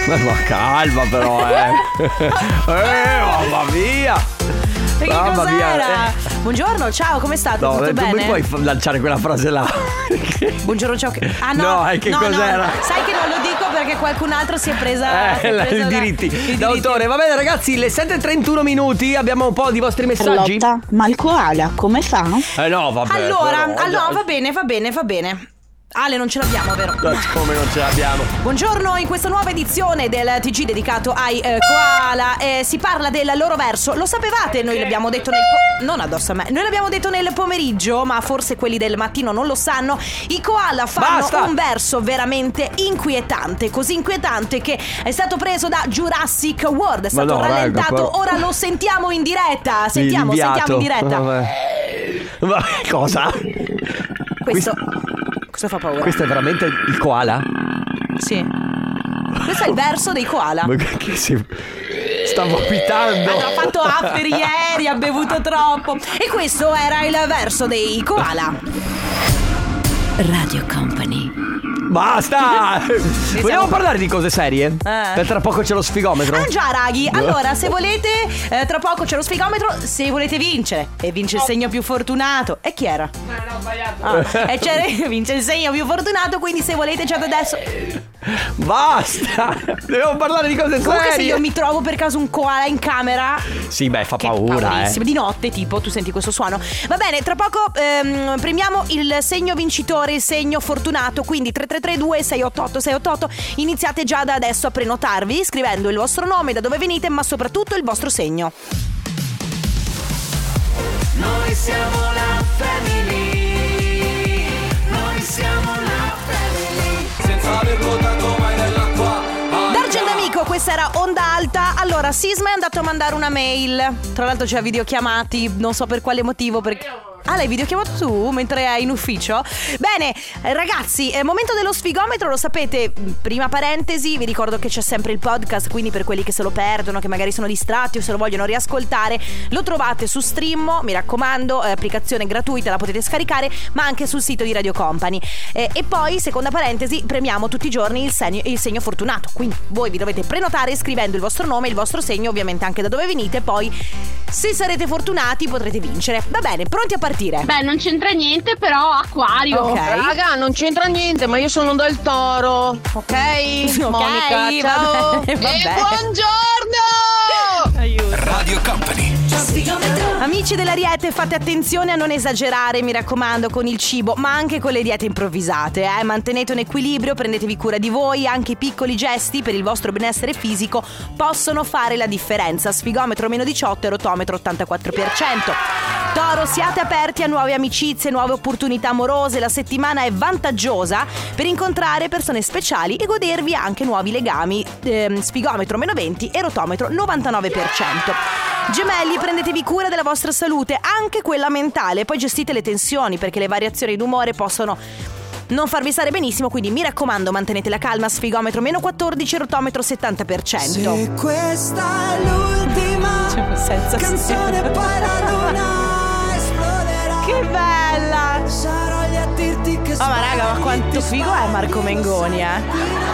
S5: venerdì!
S1: Ma ma calma però, eh. eh mamma mia.
S2: Perché
S1: Mamma
S2: cos'era?
S1: mia. eh.
S2: Buongiorno, ciao, come state?
S1: No,
S2: Tutto
S1: eh, tu
S2: bene?
S1: mi puoi f- lanciare quella frase là.
S2: Buongiorno, ciao. che- Ah no,
S1: No, eh, che
S2: no, no,
S1: cos'era?
S2: no. sai che non lo dico perché qualcun altro si è presa, si
S1: Eh,
S2: è
S1: la-
S2: presa
S1: i
S2: da-
S1: diritti d'autore. Va bene, ragazzi, le 7.31 minuti. Abbiamo un po' di vostri messaggi.
S8: Carlotta, ma il koala come fa?
S1: Eh no, vabbè.
S2: Allora,
S1: però-
S2: allora va bene, va bene, va bene. Ale, non ce l'abbiamo, vero?
S1: No, Come non ce l'abbiamo?
S2: Buongiorno, in questa nuova edizione del TG dedicato ai eh, koala eh, si parla del loro verso. Lo sapevate? Noi l'abbiamo detto nel po- non addosso a me. Noi l'abbiamo detto nel pomeriggio, ma forse quelli del mattino non lo sanno. I koala fanno
S14: Basta!
S2: un verso veramente inquietante, così inquietante che è stato preso da Jurassic World, è stato
S1: Ma no, raga,
S2: rallentato.
S1: però-
S2: Ora lo sentiamo in diretta. Sentiamo, sentiamo in
S1: L'inviato.
S2: diretta.
S1: Vabbè. Ma cosa?
S2: Questo questo fa paura.
S1: Questo è veramente il koala?
S2: Sì. Questo è il verso dei koala.
S1: Ma che si... Sta vomitando.
S2: Ha fatto after ieri, ha bevuto troppo. E questo era il verso dei koala.
S1: Radio Company. Basta!
S2: siamo-
S1: Vogliamo parlare di cose serie? Per tra poco c'è lo sfigometro.
S2: Eh. Ah già raghi, allora se volete, eh, tra poco c'è lo sfigometro, se volete vincere e vince il segno più fortunato. E chi era? No, no, sbagliato. e c'è, vince il segno più fortunato, quindi se volete c'è da adesso.
S1: Basta! Dobbiamo parlare di cose
S2: Comunque se
S1: serie.
S2: io mi trovo per caso un koala in camera,
S1: Sì, beh, fa paura, eh.
S2: Paurissimo. Di notte, tipo, tu senti questo suono. Va bene, tra poco ehm, premiamo il segno vincitore, il segno fortunato. Quindi 3332 688 688. Iniziate già da adesso a prenotarvi scrivendo il vostro nome, da dove venite, ma soprattutto il vostro segno.
S15: Noi siamo la family. Noi siamo la family. Senza aver votato mai nell'acqua.
S2: D'Argent Amico, questa era Onda Alta. Allora, Sisma è andato a mandare una mail. Tra l'altro c'è videochiamati, non so per quale motivo, perché... Ah, l'hai videochiamato tu mentre è in ufficio? Bene, eh, ragazzi, è momento dello sfigometro, lo sapete, prima parentesi, vi ricordo che c'è sempre il podcast, quindi per quelli che se lo perdono, che magari sono distratti o se lo vogliono riascoltare, lo trovate su Streammo, mi raccomando, è applicazione gratuita, la potete scaricare, ma anche sul sito di Radio Company. Eh, e poi, seconda parentesi, premiamo tutti i giorni il segno, il segno fortunato, quindi voi vi dovete prenotare scrivendo il vostro nome, il vostro segno, ovviamente anche da dove venite, poi se sarete fortunati potrete vincere. Va bene, pronti a partire?
S14: Beh, non c'entra niente, però acquario.
S2: Ok.
S14: Raga, non c'entra niente, ma io sono del toro. Ok? Monica, ciao.
S2: vabbè, vabbè.
S14: E buongiorno!
S9: Radio Company.
S2: Amici dell'Ariete, fate attenzione a non esagerare, mi raccomando, con il cibo, ma anche con le diete improvvisate. eh. Mantenete un equilibrio, prendetevi cura di voi, anche i piccoli gesti per il vostro benessere fisico possono fare la differenza. Sfigometro meno 18 e rotometro 84%. Toro, siate aperti a nuove amicizie, nuove opportunità amorose. La settimana è vantaggiosa per incontrare persone speciali e godervi anche nuovi legami. Ehm, sfigometro meno 20 e rotometro 99%. Gemelli, prendetevi cura della vostra salute, anche quella mentale, poi gestite le tensioni perché le variazioni d'umore possono non farvi stare benissimo, quindi mi raccomando mantenete la calma, sfigometro meno 14, rotometro 70%. Se questa è l'ultima canzone Che bella! Sarò lì a dirti che Oh ma raga, ma quanto figo è Marco Mengoni, eh?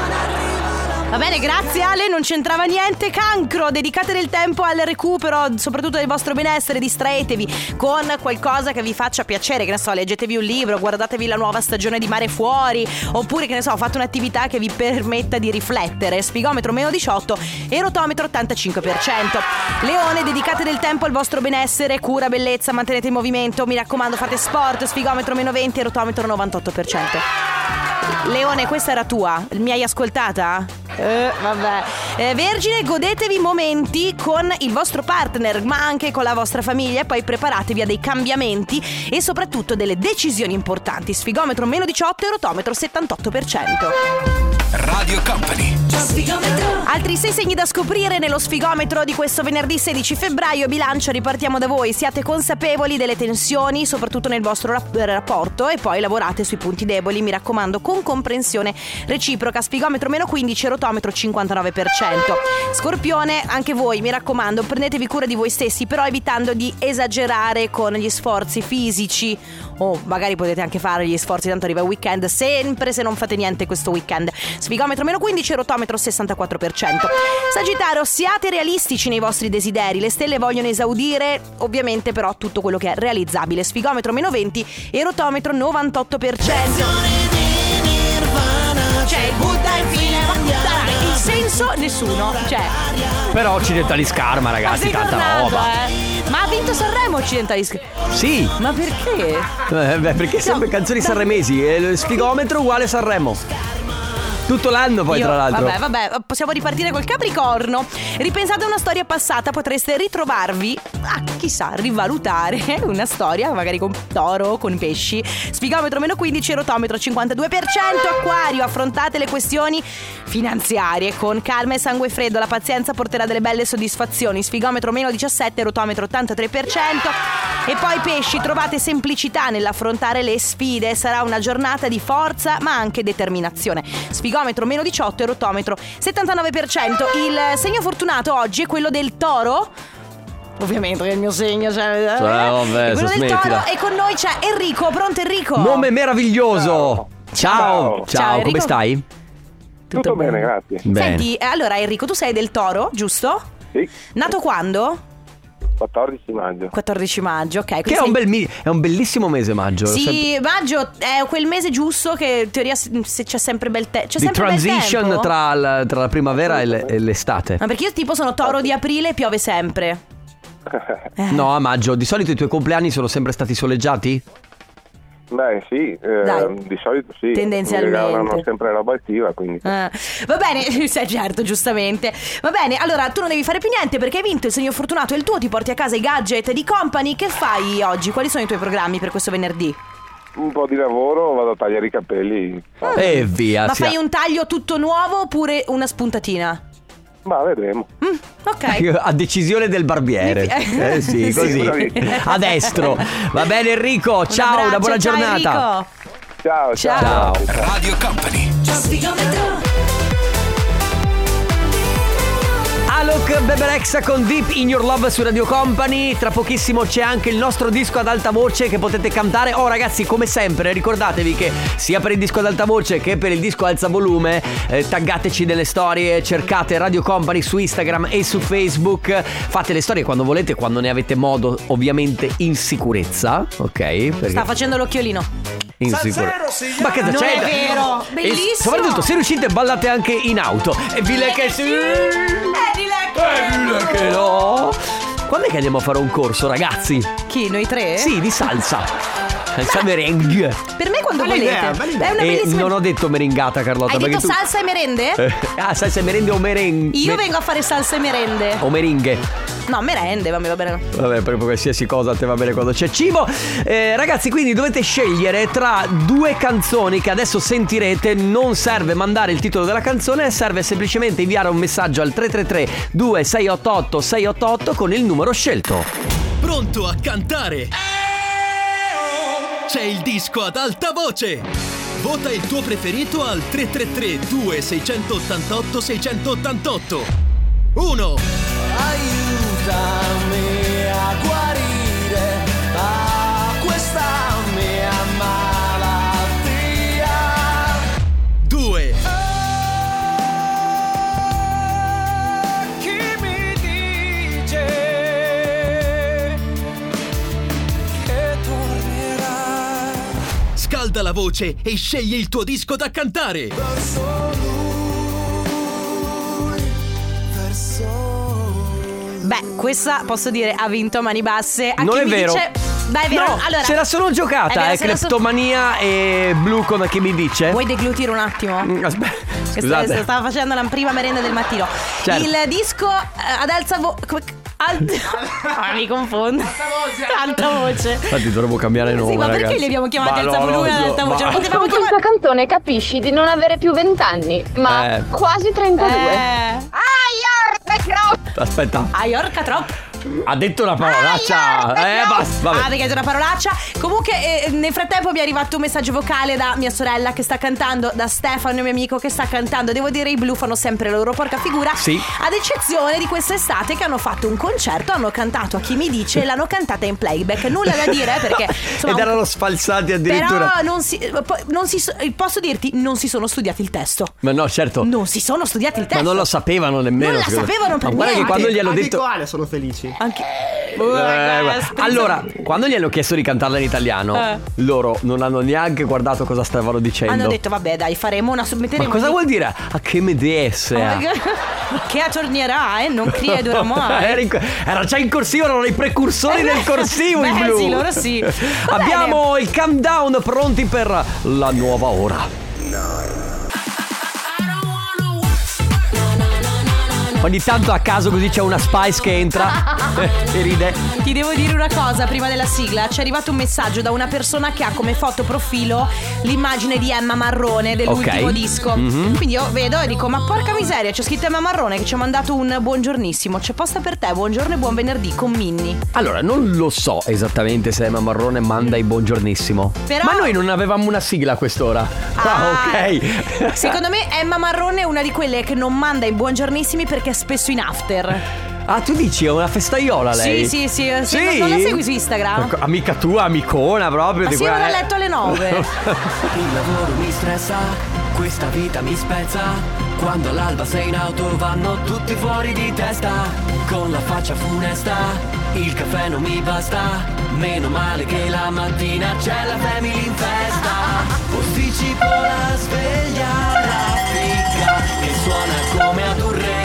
S2: Va bene, grazie Ale, non c'entrava niente. Cancro, dedicate del tempo al recupero, soprattutto del vostro benessere, distraetevi con qualcosa che vi faccia piacere, che ne so, leggetevi un libro, guardatevi la nuova stagione di Mare Fuori, oppure che ne so, fate un'attività che vi permetta di riflettere. Spigometro meno 18 e rotometro 85%. Leone, dedicate del tempo al vostro benessere, cura, bellezza, mantenete il movimento, mi raccomando, fate sport, spigometro meno 20 e rotometro 98%. Leone, questa era tua. Mi hai ascoltata? Eh, vabbè. Eh, Vergine, godetevi momenti con il vostro partner, ma anche con la vostra famiglia. E poi preparatevi a dei cambiamenti e soprattutto delle decisioni importanti. Sfigometro meno 18 e rotometro 78%.
S9: Radio Company.
S2: Altri sei segni da scoprire nello sfigometro di questo venerdì 16 febbraio. Bilancio, ripartiamo da voi. Siate consapevoli delle tensioni, soprattutto nel vostro rap- rapporto, e poi lavorate sui punti deboli, mi raccomando, con comprensione reciproca. Sfigometro meno 15, rotometro 59%. Scorpione, anche voi, mi raccomando, prendetevi cura di voi stessi, però evitando di esagerare con gli sforzi fisici. O magari potete anche fare gli sforzi, tanto arriva il weekend, sempre se non fate niente questo weekend. Sfigometro meno 15, rotometro 64%. Sagittario, siate realistici nei vostri desideri. Le stelle vogliono esaudire, ovviamente, però, tutto quello che è realizzabile. Sfigometro meno 20 e rotometro 98%. Cioè, butta in fine, dai, il senso nessuno. Cioè,
S1: Però occidentali scarma, ragazzi,
S2: sei
S1: tanta
S2: tornato,
S1: roba.
S2: eh. Ma ha vinto Sanremo Occidentali Sc-
S1: Sì.
S2: Ma perché?
S1: Eh, beh, perché sempre canzoni sanremesi. E il sfigometro uguale Sanremo. Tutto l'anno poi,
S2: Io-
S1: tra l'altro.
S2: Vabbè, vabbè, possiamo ripartire col Capricorno. Ripensate a una storia passata, potreste ritrovarvi a chissà, rivalutare una storia, magari con toro, con pesci. Sfigometro meno 15, rotometro 52%. Acquario, affrontate le questioni finanziarie con calma e sangue freddo. La pazienza porterà delle belle soddisfazioni. Sfigometro meno 17, rotometro 83%. E poi pesci, trovate semplicità nell'affrontare le sfide. Sarà una giornata di forza ma anche determinazione. Sfigometro meno 18 e rotometro 79%. Il segno fortunato oggi è quello del toro. Ovviamente che è il mio segno. Cioè,
S1: Cioè, vabbè,
S2: è quello
S1: se
S2: del
S1: smettila.
S2: toro. E con noi c'è Enrico. Pronto Enrico?
S1: Nome meraviglioso. Ciao. Ciao,
S2: Ciao, Enrico.
S1: come stai?
S16: Tutto, bene, grazie.
S2: Senti, eh, allora Enrico, tu sei del toro, giusto?
S16: Sì.
S2: Nato quando?
S16: 14 maggio.
S2: 14 maggio, ok. quindi
S1: Che è un,
S2: sei-
S1: bel mi- è un bellissimo mese maggio. sempre-
S2: Sì, maggio è quel mese giusto che in teoria se- se c'è sempre bel te- c'è
S1: di
S2: sempre bel
S1: transition
S2: tempo. Ah,
S1: tra la, tra la primavera e, le- e l'estate.
S2: Ma perché io tipo sono toro di aprile e piove sempre. Eh,
S1: No, a maggio. Di solito i tuoi compleanni sono sempre stati soleggiati?
S16: Beh, sì, eh,
S2: Dai.
S16: di solito sì.
S2: Tendenzialmente.
S16: Mi regalano sempre roba attiva, quindi.
S2: Eh, va bene, sì, certo, giustamente. Va bene, allora tu non devi fare più niente perché hai vinto il segno fortunato è il tuo, ti porti a casa i gadget di company. Che fai oggi? Quali sono i tuoi programmi per questo venerdì?
S16: Un po' di lavoro, vado a tagliare i capelli.
S1: E via.
S2: Ah. Ma
S1: sia-
S2: fai un taglio tutto nuovo oppure una spuntatina? Mm,
S16: Ma vedremo.
S2: Ok.
S1: A decisione del barbiere.
S2: Mi-
S1: Eh sì,
S2: Sì,
S1: così.
S2: bravissimo.
S1: A destro. Va bene Enrico, ciao, una
S2: abbraccio,
S1: buona
S2: ciao,
S1: giornata.
S2: Enrico.
S16: Ciao,
S1: Ciao.
S9: Radio Company.
S1: Alok Beberexa con Deep in Your Love su Radio Company. Tra pochissimo c'è anche il nostro disco ad alta voce che potete cantare. Oh ragazzi, come sempre, ricordatevi che sia per il disco ad alta voce che per il disco alza volume, eh, taggateci nelle storie, cercate Radio Company su Instagram e su Facebook. Fate le storie quando volete, quando ne avete modo, ovviamente in sicurezza, ok? Perché
S2: Sta facendo l'occhiolino.
S1: in sicurezza. Ma che
S2: Non
S1: c'è?
S2: è vero,
S1: E
S2: bellissimo.
S1: soprattutto se riuscite ballate anche in auto. E vi le che sì. Eh, che no. Quando è che andiamo a fare un corso, ragazzi?
S2: Chi, noi tre?
S1: Sì, di salsa. Salsa merengue.
S2: Per me quando
S1: Bella
S2: volete.
S1: idea, bella idea.
S2: È una
S1: Eh,
S2: bellissima
S1: non ho detto meringata, Carlotta.
S2: Hai
S1: perché
S2: detto
S1: tu-
S2: salsa e merende?
S1: Eh, ah, salsa e merende o merengue?
S2: Io vengo a fare salsa e merende.
S1: O meringhe.
S2: No, merende, va bene, va bene.
S1: Vabbè, proprio qualsiasi cosa a te va bene quando c'è cibo. Eh, ragazzi, quindi dovete scegliere tra due canzoni che adesso sentirete. Non serve mandare il titolo della canzone, serve semplicemente inviare un messaggio al 333 2688 688 con il numero scelto.
S4: Pronto a cantare? C'è il disco ad alta voce. Vota il tuo preferito al 333 2688 688. 1
S17: Aiutami a guarire da questa mia malattia.
S4: 2
S17: Chi mi dice che tornerai?
S4: Scalda la voce e scegli il tuo disco da cantare.
S17: Verso lui, verso
S2: Beh, questa posso dire ha vinto a mani basse. A
S1: Non
S2: chi
S1: è
S2: mi
S1: vero.
S2: Dice... Dai, è vero.
S1: No,
S2: allora,
S1: se la sono
S2: È
S1: giocata,
S2: vero,
S1: eh,
S2: se la so-
S1: cleptomania e blu come che mi dice.
S2: Vuoi deglutire un attimo?
S1: Aspetta,
S2: Che sta-
S1: Mm, scusate.
S2: stava facendo la prima merenda del mattino.
S1: Certo.
S2: Il disco eh, ad alza voce. Ah, mi confondo. Alta voce.
S1: Infatti dovremmo cambiare nome.
S2: ma perché
S1: ragazzi.
S2: li abbiamo chiamati
S1: Ma
S2: alza
S1: no,
S2: volume e
S1: no,
S2: alta voce?
S1: ma-
S2: Non potevamo
S18: Con questa canzone capisci di non avere più 20 anni, ma
S1: Eh.
S18: quasi 32.
S23: Eh.
S2: Eh.
S1: Aspetta,
S2: Ah, Iorca troppo.
S1: ha detto una parolaccia. eh,
S2: Ah,
S1: basta. Vabbè.
S2: perché è una parolaccia. Comunque, eh, nel frattempo mi è arrivato un messaggio vocale da mia sorella che sta cantando, da Stefano, mio amico che sta cantando. Devo dire, i blu fanno sempre la loro porca figura.
S1: Sì.
S2: Ad eccezione di quest'estate che hanno fatto un concerto, hanno cantato a chi mi dice, e l'hanno cantata in playback. Nulla da dire eh, perché insomma.
S1: Ed
S2: un-
S1: erano sfalsati
S2: Però
S1: addirittura.
S2: non si, poi non si so- posso dirti, non si sono studiati il testo.
S1: Ma no, certo.
S2: Non si sono studiati il testo.
S1: Ma non lo sapevano nemmeno.
S2: Non la
S1: secondo me.
S2: sapevano per
S1: Ma guarda che
S2: niente.
S1: quando gliel'ho
S2: Anche
S1: detto.
S20: Ale sono felici.
S2: Anche.
S1: Eh, guarda. allora, quando gliel'ho chiesto di cantarla in italiano,
S2: Eh.
S1: loro non hanno neanche guardato cosa stavano dicendo.
S2: Hanno detto, vabbè, dai, faremo una
S1: Ma
S2: submetteremo.
S1: cosa vuol dire? A che me
S2: Oh
S1: desse?
S2: Ah, che attornierà, eh? Non credo ormai.
S1: Era, in- era già in corsivo, erano i precursori del corsivo in
S2: Esatto. Beh,
S1: blu.
S2: sì, loro sì. Va
S1: Abbiamo il countdown pronti per la nuova ora. Ogni tanto a caso così c'è una Spice che entra e ride.
S2: Ti devo dire una cosa prima della sigla. Ci è arrivato un messaggio da una persona che ha come foto profilo l'immagine di Emma Marrone dell'ultimo
S1: Ok.
S2: disco.
S1: Mhm.
S2: Quindi io vedo e dico: Ma porca miseria, c'è scritto Emma Marrone che ci ha mandato un buongiornissimo. C'è posta per te, buongiorno e buon venerdì con Minni.
S1: Allora, non lo so esattamente se Emma Marrone manda il buongiornissimo.
S2: Però-
S1: Ma noi non avevamo una sigla a quest'ora. Ah, ok.
S2: Secondo me Emma Marrone è una di quelle che non manda i buongiornissimi perché è spesso in after.
S1: Ah, tu dici è una festaiola lei?
S2: Sì, sì, sì, sì, non- non la segui su Instagram?
S1: Ma co- Amica tua, amicona proprio.
S2: Ma
S1: di
S2: sì,
S1: quella- eh.
S2: vado a letto alle nove.
S21: Il lavoro mi stressa, questa vita mi spezza. Quando all'alba sei in auto vanno tutti fuori di testa. Con la faccia funesta, il caffè non mi basta. Meno male che la mattina c'è la family in festa. Posticipo la sveglia raffica che suona come ad un rave.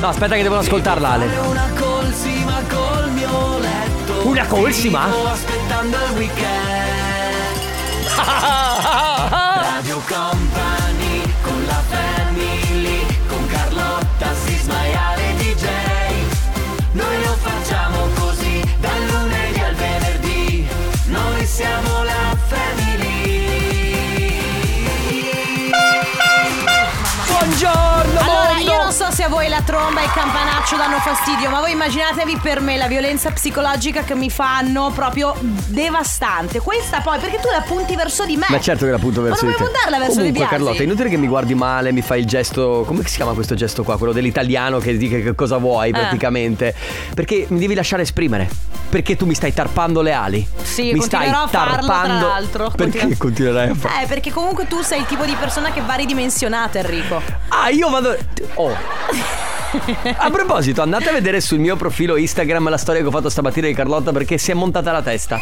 S1: No, aspetta che devono ascoltarla Ale.
S21: Una colsima col mio letto.
S1: Una colsima?
S21: Vivo aspettando il weekend. Radio Company con la family, con Carlotta, Sisma e Ale DJ. Noi lo facciamo così, dal lunedì al venerdì. Noi siamo la family.
S1: Buongiorno
S2: Allora,
S1: mondo!
S2: io non so se a voi la tromba e il campanaccio danno fastidio, ma voi immaginatevi per me la violenza psicologica che mi fanno proprio devastante. Questa poi, perché tu la punti verso di me.
S1: Ma certo che l'appunto verso
S2: Eh. Ma non
S1: di te.
S2: puoi puntarla verso
S1: Comunque,
S2: di Biasi.
S1: Carlotta, è inutile che mi guardi male, mi fai il gesto. Come si chiama questo gesto qua? Quello dell'italiano che dice che cosa vuoi
S2: Eh.
S1: praticamente. Perché mi devi lasciare esprimere. Perché tu mi stai tarpando le ali.
S2: Sì,
S1: mi stai
S2: continuerò a farlo, tra
S1: tarpando.
S2: l'altro.
S1: Perché
S2: Continu-
S1: continuerai a farlo?
S2: Eh, perché comunque tu sei il tipo di persona che va ridimensionata, Enrico.
S1: Ah, io vado. Oh. A proposito, andate a vedere sul mio profilo Instagram la storia che ho fatto stamattina di Carlotta perché si è montata la testa.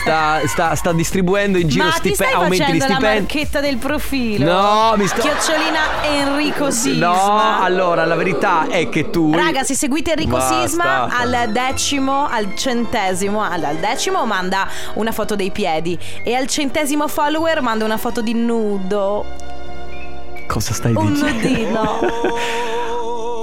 S1: Sta, sta- sta distribuendo in giro
S2: ma ti
S1: stipe-
S2: stai
S1: aumenti di
S2: facendo la
S1: stipendi.
S2: marchetta del profilo?
S1: No, mi sto-
S2: Chiocciolina Enrico Sisma.
S1: No, allora la verità è che tu.
S2: Raga, se seguite Enrico
S1: Basta.
S2: Sisma al decimo, al centesimo, al, al decimo manda una foto dei piedi e al centesimo follower manda una foto di nudo,
S1: Cosa stai
S2: un
S1: dicendo?
S2: nudino.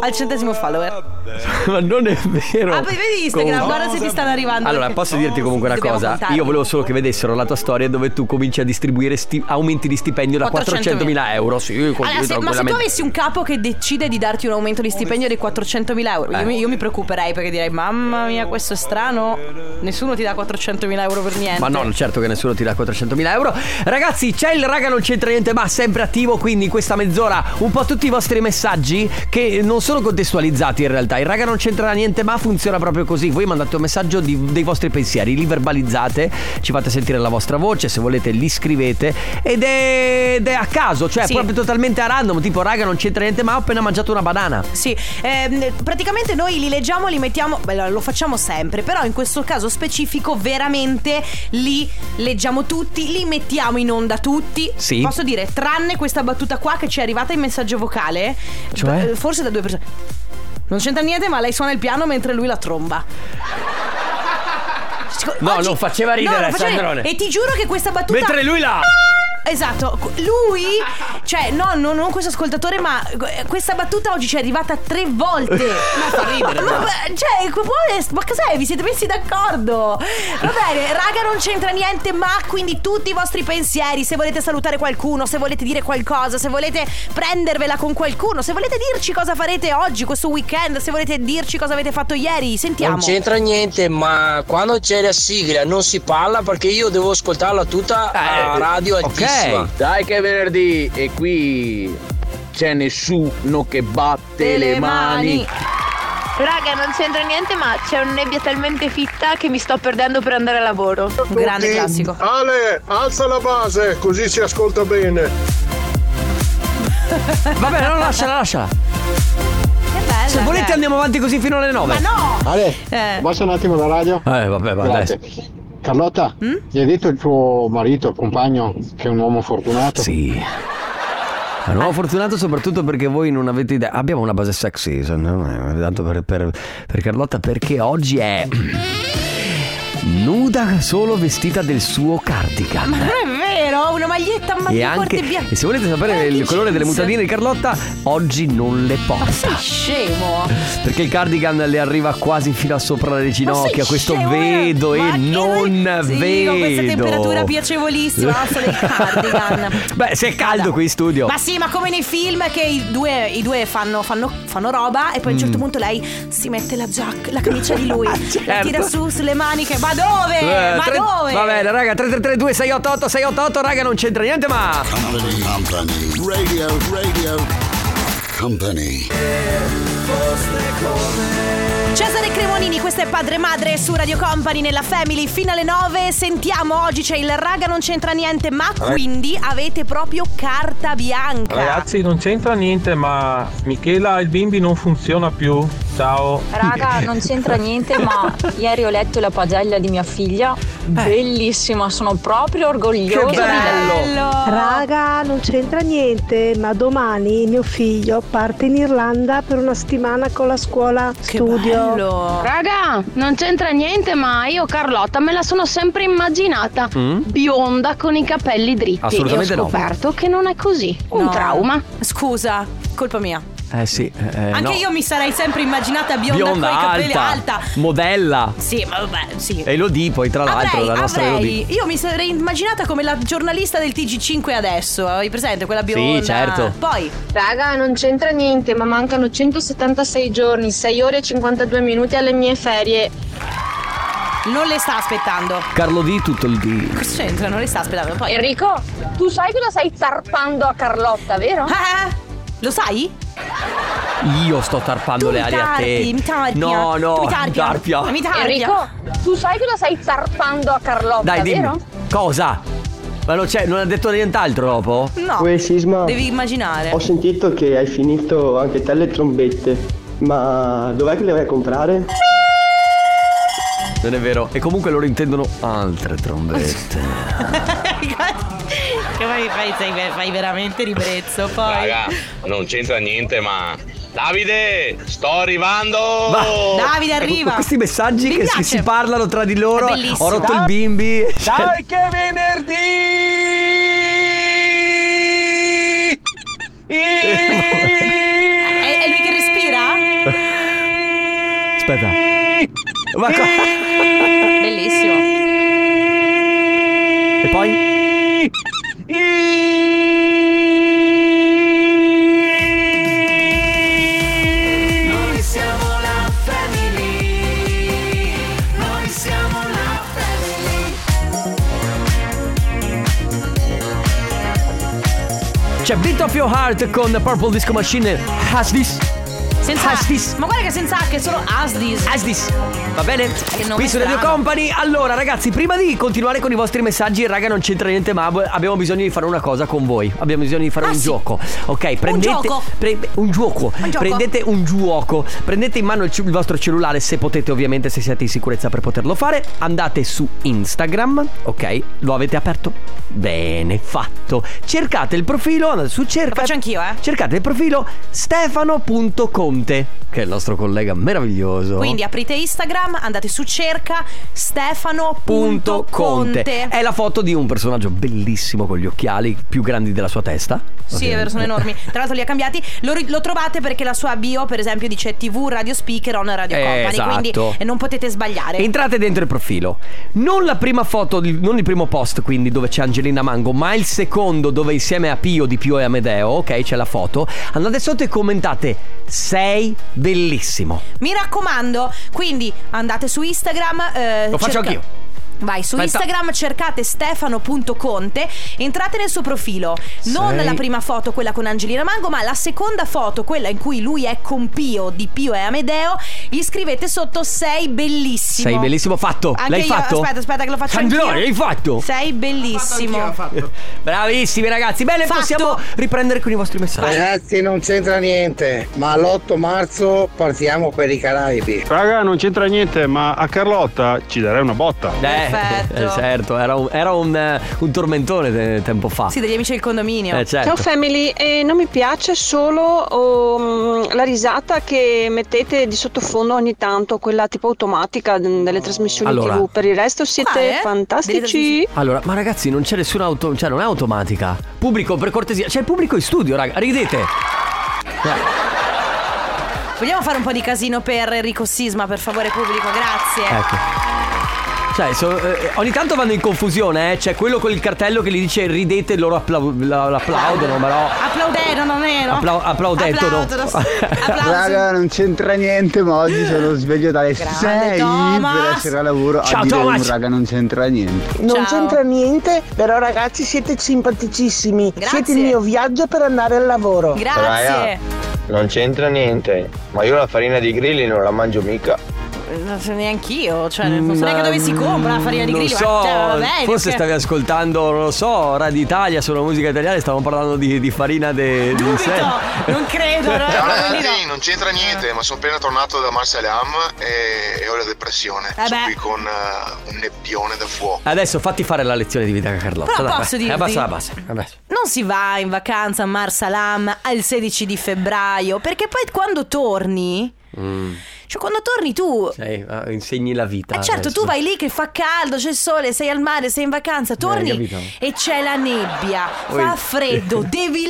S2: al centesimo follower.
S1: Ma non è vero.
S2: Ah, poi vedi Instagram,
S1: Comunque-
S2: guarda se ti stanno arrivando.
S1: Allora,
S2: perché-
S1: posso dirti comunque una
S2: Dobbiamo
S1: cosa?
S2: contarli.
S1: Io volevo solo che vedessero la tua storia dove tu cominci a distribuire sti- aumenti di stipendio da
S2: 400.000.
S1: 400.000 euro. Sì,
S2: Allora, se-
S1: così
S2: ma se tu
S1: tranquillamente.
S2: avessi un capo che decide di darti un aumento di stipendio di 400.000 euro, io,
S1: Eh.
S2: mi, io mi preoccuperei perché direi: Mamma mia, questo è strano. Nessuno ti dà 400.000 euro per niente.
S1: Ma no, certo che nessuno ti dà 400.000 euro. Ragazzi, c'è il raga non c'entra niente, ma sempre attivo, quindi in questa mezz'ora un po' tutti i vostri messaggi che non sono contestualizzati in realtà. Il raga non c'entra niente, ma funziona proprio così. Voi mandate un messaggio di- dei vostri pensieri, li verbalizzate, ci fate sentire la vostra voce, se volete li scrivete ed è, ed è a caso, cioè
S2: Sì.
S1: proprio totalmente a random, tipo raga non c'entra niente, ma ho appena mangiato una banana.
S2: Sì, ehm, praticamente noi li leggiamo, li mettiamo, beh, allora, lo facciamo sempre, però in questo caso specifico veramente li leggiamo tutti, li mettiamo in onda tutti.
S1: Sì.
S2: Posso dire, tranne questa battuta qua che ci è arrivata in messaggio vocale,
S1: Cioè?
S2: eh, forse da due persone. Non c'entra niente, ma lei suona il piano mentre lui la tromba.
S1: No, non faceva
S2: No,
S1: ridere,
S2: non faceva-
S1: Sandrone.
S2: E ti giuro che questa battuta
S1: Mentre lui la
S2: Esatto, lui, cioè no, no, non questo ascoltatore, ma eh, questa battuta oggi ci è arrivata tre volte.
S10: Ma fa ridere,
S2: Ma,
S10: no?
S2: ma- cioè, que- vuole- ma cos'è? Vi siete messi d'accordo? Va bene, raga, non c'entra niente, ma quindi tutti i vostri pensieri, se volete salutare qualcuno, se volete dire qualcosa, se volete prendervela con qualcuno, se volete dirci cosa farete oggi, questo weekend, se volete dirci cosa avete fatto ieri, sentiamo.
S20: Non c'entra niente, ma quando c'è la sigla non si parla perché io devo ascoltarla
S1: Eh,
S20: tutta a Ah, eh, radio altissima.
S22: Dai che è venerdì e qui c'è nessuno che batte le mani.
S23: Raga, non c'entra niente, ma c'è una nebbia talmente fitta che mi sto perdendo per andare a lavoro.
S2: Grande classico.
S24: Ale, alza la base, così si ascolta bene.
S1: Vabbè, no, lasciala, lasciala. Se volete
S23: cioè.
S1: andiamo avanti così fino alle 9. Ma
S2: no!
S25: Ale,
S2: Eh.
S25: basta un attimo la radio.
S1: Eh, vabbè, va
S25: Grazie. Carlotta,
S2: Mm?
S25: gli hai detto il tuo marito, il compagno, che è un uomo fortunato?
S1: Sì. Ma non ho fortunato soprattutto perché voi non avete idea. Abbiamo una base sex season, no? eh, tanto per, per- per Carlotta, perché oggi è nuda solo vestita del suo cardigan.
S2: Ma non è vero, una maglietta a
S1: E
S2: maglia corte
S1: anche,
S2: bianca.
S1: e se volete
S2: Eh,
S1: sapere il colore delle
S2: jeans.
S1: mutandine di Carlotta, oggi non le porta.
S2: Sei scemo.
S1: Perché il cardigan le arriva quasi fino a sopra le ginocchia. Questo
S2: scemo, eh.
S1: vedo e non
S2: Sì,
S1: vedo.
S2: con questa temperatura piacevolissima, alza del cardigan.
S1: Beh, se è caldo qui in studio.
S2: Ma sì, ma come nei film che i due, i due fanno, fanno- fanno roba e poi a
S1: Mm.
S2: un certo punto lei si mette la giacca, la camicia di lui, la tira su sulle maniche. Ma dove?
S1: Ah, certo. Eh,
S2: ma
S1: tre-
S2: dove?
S1: Va bene, raga, 3332 688 688, raga, non c'entra niente, ma
S27: Radio, radio. Company.
S2: Cesare Cremonini, questo è Padre e Madre su Radio Company nella Family fino alle 9. Sentiamo oggi c'è il raga non c'entra niente, ma quindi avete proprio carta bianca.
S28: Ragazzi, non c'entra niente, ma Michela, il bimbi non funziona più. Ciao.
S18: Raga, non c'entra niente, ma ieri ho letto la pagella di mia
S2: Eh.
S18: figlia. Bellissima, sono proprio orgogliosa di lei.
S29: Raga, non c'entra niente, ma domani mio figlio parte in Irlanda per una settimana con la scuola studio.
S23: Raga, non c'entra niente, ma io Carlotta me la sono sempre immaginata
S1: Mm?
S23: bionda con i capelli dritti.
S1: Assolutamente
S23: e ho
S1: no.
S23: scoperto che non è così. Un
S2: No.
S23: trauma.
S2: Scusa, colpa mia.
S1: Eh sì, eh,
S2: Anche
S1: no.
S2: io mi sarei sempre immaginata bionda, con i capelli
S1: alta,
S2: alta.
S1: modella.
S2: Sì, ma vabbè, sì.
S1: E lo di poi, tra l'altro,
S2: Avrei,
S1: la nostra
S2: avrei,
S1: Elodie.
S2: io mi sarei immaginata come la giornalista del TG5 adesso, hai presente quella bionda?
S1: certo.
S2: Poi,
S29: Raga, non c'entra niente, ma mancano 176 giorni, 6 ore e 52 minuti alle mie ferie.
S2: non le sta aspettando.
S1: Carlo D, tutto il D.
S2: Cosa c'entra? Non le sta aspettando. Poi,
S18: Enrico, tu sai cosa stai tarpando a Carlotta, vero?
S2: Ah, lo sai?
S1: Io sto tarpando
S18: Tu
S1: le
S18: mi
S1: ali a te.
S18: tarpi, mi tarpi.
S1: no, no,
S18: Tu mi tarpi.
S1: tarpia.
S18: Mi tarpi. Enrico, tu sai cosa stai tarpando a Carlotta,
S1: Dai, dimmi.
S18: vero?
S1: Cosa? Ma non, c'è, non ha detto nient'altro dopo?
S2: No.
S30: Uè, Sisma.
S2: Devi immaginare.
S14: Oh,
S30: Ho sentito che hai finito anche te le trombette, ma dov'è che le vai a comprare?
S1: Non è vero. E comunque loro intendono altre trombette.
S2: che poi fai, fai- fai veramente ribrezzo. Poi.
S5: Raga, non c'entra niente, ma. Davide, sto arrivando!
S2: Oh, Davide, arriva.
S1: Ecco, Questi messaggi
S2: Mi
S1: che si,
S2: piace.
S1: si parlano tra di loro.
S2: È bellissimo.
S1: Ho rotto il
S2: Dai-
S1: bimbi.
S15: Dai che è venerdì!
S2: È, è lui che respira?
S1: Aspetta. Ma co-
S2: Bellissimo.
S1: E poi?
S17: Noi siamo la family. Noi siamo la family.
S1: C'è Beat of Your Heart con Purple Disco Machine. Has this.
S2: Senza Ma guarda che senza H è solo Asdis.
S1: Asdis. Va bene?
S2: nome
S1: Qui su Radio
S2: strano.
S1: Company. Allora, ragazzi, prima di continuare con i vostri messaggi, raga, non c'entra niente, ma abbiamo bisogno di fare una cosa con voi. Abbiamo bisogno di fare un gioco. Ok, prendete
S2: Ah, gioco.
S1: pre- un gioco.
S2: Un gioco.
S1: Prendete un gioco. Prendete in mano il, ce- il vostro cellulare se potete, ovviamente, se siete in sicurezza per poterlo fare. Andate su Instagram, ok? Lo avete aperto? Bene, fatto. Cercate il profilo, andate su cerca.
S2: Lo faccio anch'io, eh.
S1: Cercate il profilo stefano.coaching Conte, che è il nostro collega meraviglioso.
S2: Quindi aprite Instagram, andate su cerca
S1: Punto Conte.
S2: Stefano.conte.
S1: È la foto di un personaggio bellissimo con gli occhiali più grandi della sua testa.
S2: Sì, è vero, sono enormi. Tra l'altro li ha cambiati. Lo, ri- lo trovate perché la sua bio, per esempio, dice TV, radio speaker, on radio
S1: Eh,
S2: company.
S1: esatto.
S2: Quindi eh, non potete sbagliare.
S1: Entrate dentro il profilo. Non la prima foto, non il primo post, quindi dove c'è Angelina Mango, ma il secondo dove insieme a Pio di Pio e Amedeo, ok, c'è la foto. Andate sotto e commentate: Sei bellissimo.
S2: Mi raccomando, quindi andate su Instagram. eh,
S1: Lo faccio
S2: cerca-
S1: anch'io.
S2: Vai su
S1: Aspetta.
S2: Instagram, cercate stefano.conte, entrate nel suo profilo. Non
S1: Sei-
S2: la prima foto, quella con Angelina Mango, ma la seconda foto, quella in cui lui è con Pio, di Pio e Amedeo. Gli scrivete sotto Sei bellissimo.
S1: Sei bellissimo fatto.
S2: Anche
S1: L'hai
S2: io-
S1: fatto?
S2: Aspetta, aspetta, che lo faccio anch'io.
S1: Angelina, l'hai fatto?
S2: Sei bellissimo.
S1: Bravissimi ragazzi. Bene,
S2: Fatto.
S1: possiamo riprendere con i vostri messaggi.
S3: Ragazzi non c'entra niente, ma l'8 marzo partiamo per i Caraibi.
S6: Raga, non c'entra niente, ma a Carlotta ci darei una botta.
S1: Eh, certo, era un, era un, eh, un tormentone te- tempo fa.
S2: Sì, degli amici del condominio.
S1: Eh, certo.
S7: Ciao family, eh, non mi piace solo um, la risata che mettete di sottofondo ogni tanto, quella tipo automatica mm, delle trasmissioni
S1: Allora.
S7: TV. Per il resto siete
S2: Quale? Delle
S7: fantastici.
S2: trasmissioni-
S1: Allora, ma ragazzi, non c'è nessuna auto, cioè non è automatica. Pubblico, per cortesia, c'è il pubblico in studio, raga, ridete. Eh,
S2: Vogliamo fare un po' di casino per Enrico Sisma, per favore, pubblico? Grazie.
S1: ecco. Cioè, so- eh, ogni tanto vanno in confusione, eh. C'è quello con il cartello che gli dice ridete, loro applau- la- l'applaudono, però.
S2: Applaudeno, non è no?
S1: Applau- applaudentono.
S2: Applaudono, sì. Applausi.
S8: Raga, non c'entra niente, ma oggi sono sveglio dalle 6 per
S7: Thomas.
S8: essere al lavoro.
S7: Ciao,
S8: a dire
S7: Thomas.
S8: un raga, non c'entra niente.
S7: Non c'entra
S10: niente, però ragazzi siete simpaticissimi.
S2: Siete il mio
S10: viaggio per andare al lavoro.
S2: Grazie.
S11: Non c'entra niente, ma io la farina di grilli non la mangio mica.
S2: Non so neanche io, cioè
S8: Mm,
S2: non so
S1: Ma,
S2: neanche dove si compra la farina di
S1: non
S2: grillo.
S1: so,
S2: ma- cioè, vabbè,
S1: forse
S2: perché-
S1: stavi ascoltando, non lo so, Radio Italia, solo musica italiana, stavamo parlando di, di farina de, di sé.
S2: Non credo, no?
S10: Ciao
S2: Proprio lì, no.
S10: ragazzi, non c'entra niente, ma sono appena tornato da Marseille Am e, e ho la depressione.
S2: Eh
S10: sono
S2: beh.
S10: qui con eh, un nebbione da fuoco.
S1: Adesso fatti fare la lezione di vita Carlotta.
S2: Però
S1: dai,
S2: posso
S1: vai.
S2: dirti-
S1: Abbassa la base. abbassa.
S2: Non si va in vacanza a Marsalam al 16 di febbraio, perché poi quando torni,
S1: Mm.
S2: cioè quando torni tu
S1: Sei- ah, insegni la vita.
S2: Eh certo, tu vai lì che fa caldo, c'è il sole, sei al mare, sei in vacanza, torni
S1: capito.
S2: e c'è la nebbia, fa
S1: Oi.
S2: freddo, devi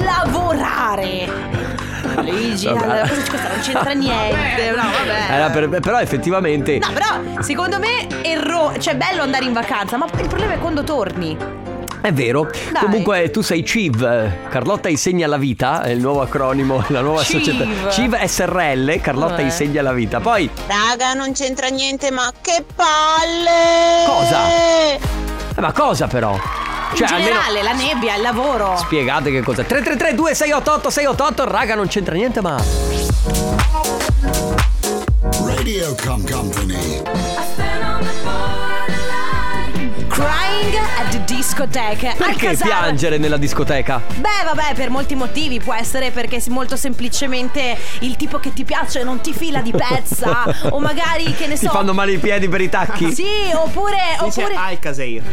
S2: lavorare. Luigi,
S1: Vabbè.
S2: allora, cosa- cosa- non c'entra niente, no, vabbè.
S1: Era Eh, per- però effettivamente.
S2: No, però secondo me erro- cioè è bello andare in vacanza, ma il problema è quando torni.
S1: È vero. Comunque tu sei CIV, eh, Carlotta insegna la vita, è il nuovo acronimo, la nuova
S10: CIV.
S1: società. CIV SRL, Carlotta
S2: Eh.
S10: Vabbè.
S1: insegna la vita. Poi
S10: Raga, non c'entra niente, ma che palle!
S1: Cosa? eh, ma cosa però? Cioè,
S2: in generale, la nebbia, il lavoro.
S1: spiegate che cosa. 333 2688 688, raga, non c'entra niente, ma
S27: Radio Com Company.
S2: Crying at the discotheque. Al
S1: perché
S2: Casar-
S1: piangere nella discoteca?
S2: Beh, vabbè, per molti motivi. Può essere perché s- molto semplicemente il tipo che ti piace non ti fila di pezza. o magari, che ne so.
S1: Ti fanno male i piedi per i tacchi?
S2: Sì, oppure. oppure...
S1: Alcaseir.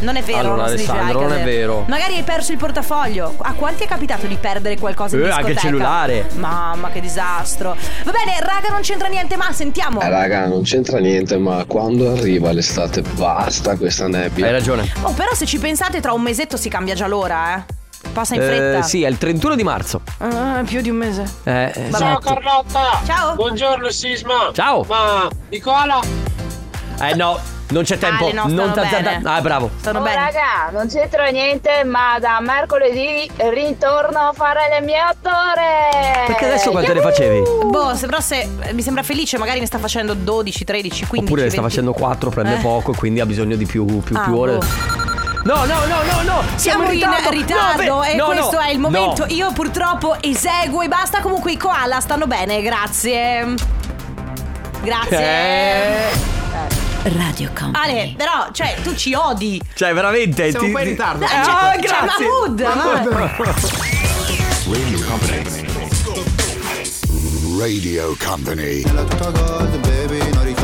S2: Non è vero,
S1: Allora,
S2: non si dice
S1: Alessandro, non è
S2: Alcatel.
S1: vero.
S2: Magari hai perso il portafoglio. A quanti è capitato di perdere qualcosa in
S1: Eh, anche il
S2: discoteca?
S1: cellulare.
S2: Mamma, che disastro. Va bene, raga, non c'entra niente, ma sentiamo.
S12: Eh,
S1: Eh,
S12: raga, non c'entra niente, ma quando arriva l'estate basta questa nebbia.
S1: Hai ragione.
S2: Oh, però se ci pensate, tra un mesetto si cambia già l'ora, eh. Passa in fretta.
S1: Eh, sì, è il 31 di marzo.
S2: Ah, più di un mese.
S1: Eh,
S2: Ciao,
S1: esatto.
S10: Carlotta!
S2: Ciao!
S10: Buongiorno Sisma!
S1: Ciao.
S10: Ma Nicola!
S1: Eh no, non
S2: Ah,
S1: c'è tempo.
S10: Ale, no, stanno
S1: non ta- ta-
S10: bene.
S1: Ah, bravo.
S2: Stanno
S13: oh, raga, non c'entra niente, ma da mercoledì ritorno a fare le mie otto ore.
S1: Perché adesso quante ne facevi?
S2: Boh, se- però se mi sembra felice, magari ne sta facendo 12, 13, 15.
S1: Oppure ne sta
S2: 20.
S1: facendo 4, prende
S2: Eh.
S1: poco, quindi ha bisogno di più, più,
S2: Ah,
S1: più ore.
S2: boh.
S1: No, no, no, no, no!
S2: Siamo, in ritardo,
S1: No, beh,
S2: e
S1: no,
S2: questo
S1: no,
S2: è il
S1: no.
S2: momento. Io purtroppo eseguo e basta. Comunque i koala stanno bene, grazie. Grazie.
S1: Eh.
S2: Radio Company. Ale, però, cioè, tu ci odi.
S1: Cioè, veramente.
S2: Siamo
S1: ti-
S2: un po' in ritardo.
S1: Eh,
S2: Cioè,
S1: ah,
S2: cioè,
S1: grazie.
S2: Mahmood, ma-
S1: Mahmood.
S27: Radio Company. Radio Company.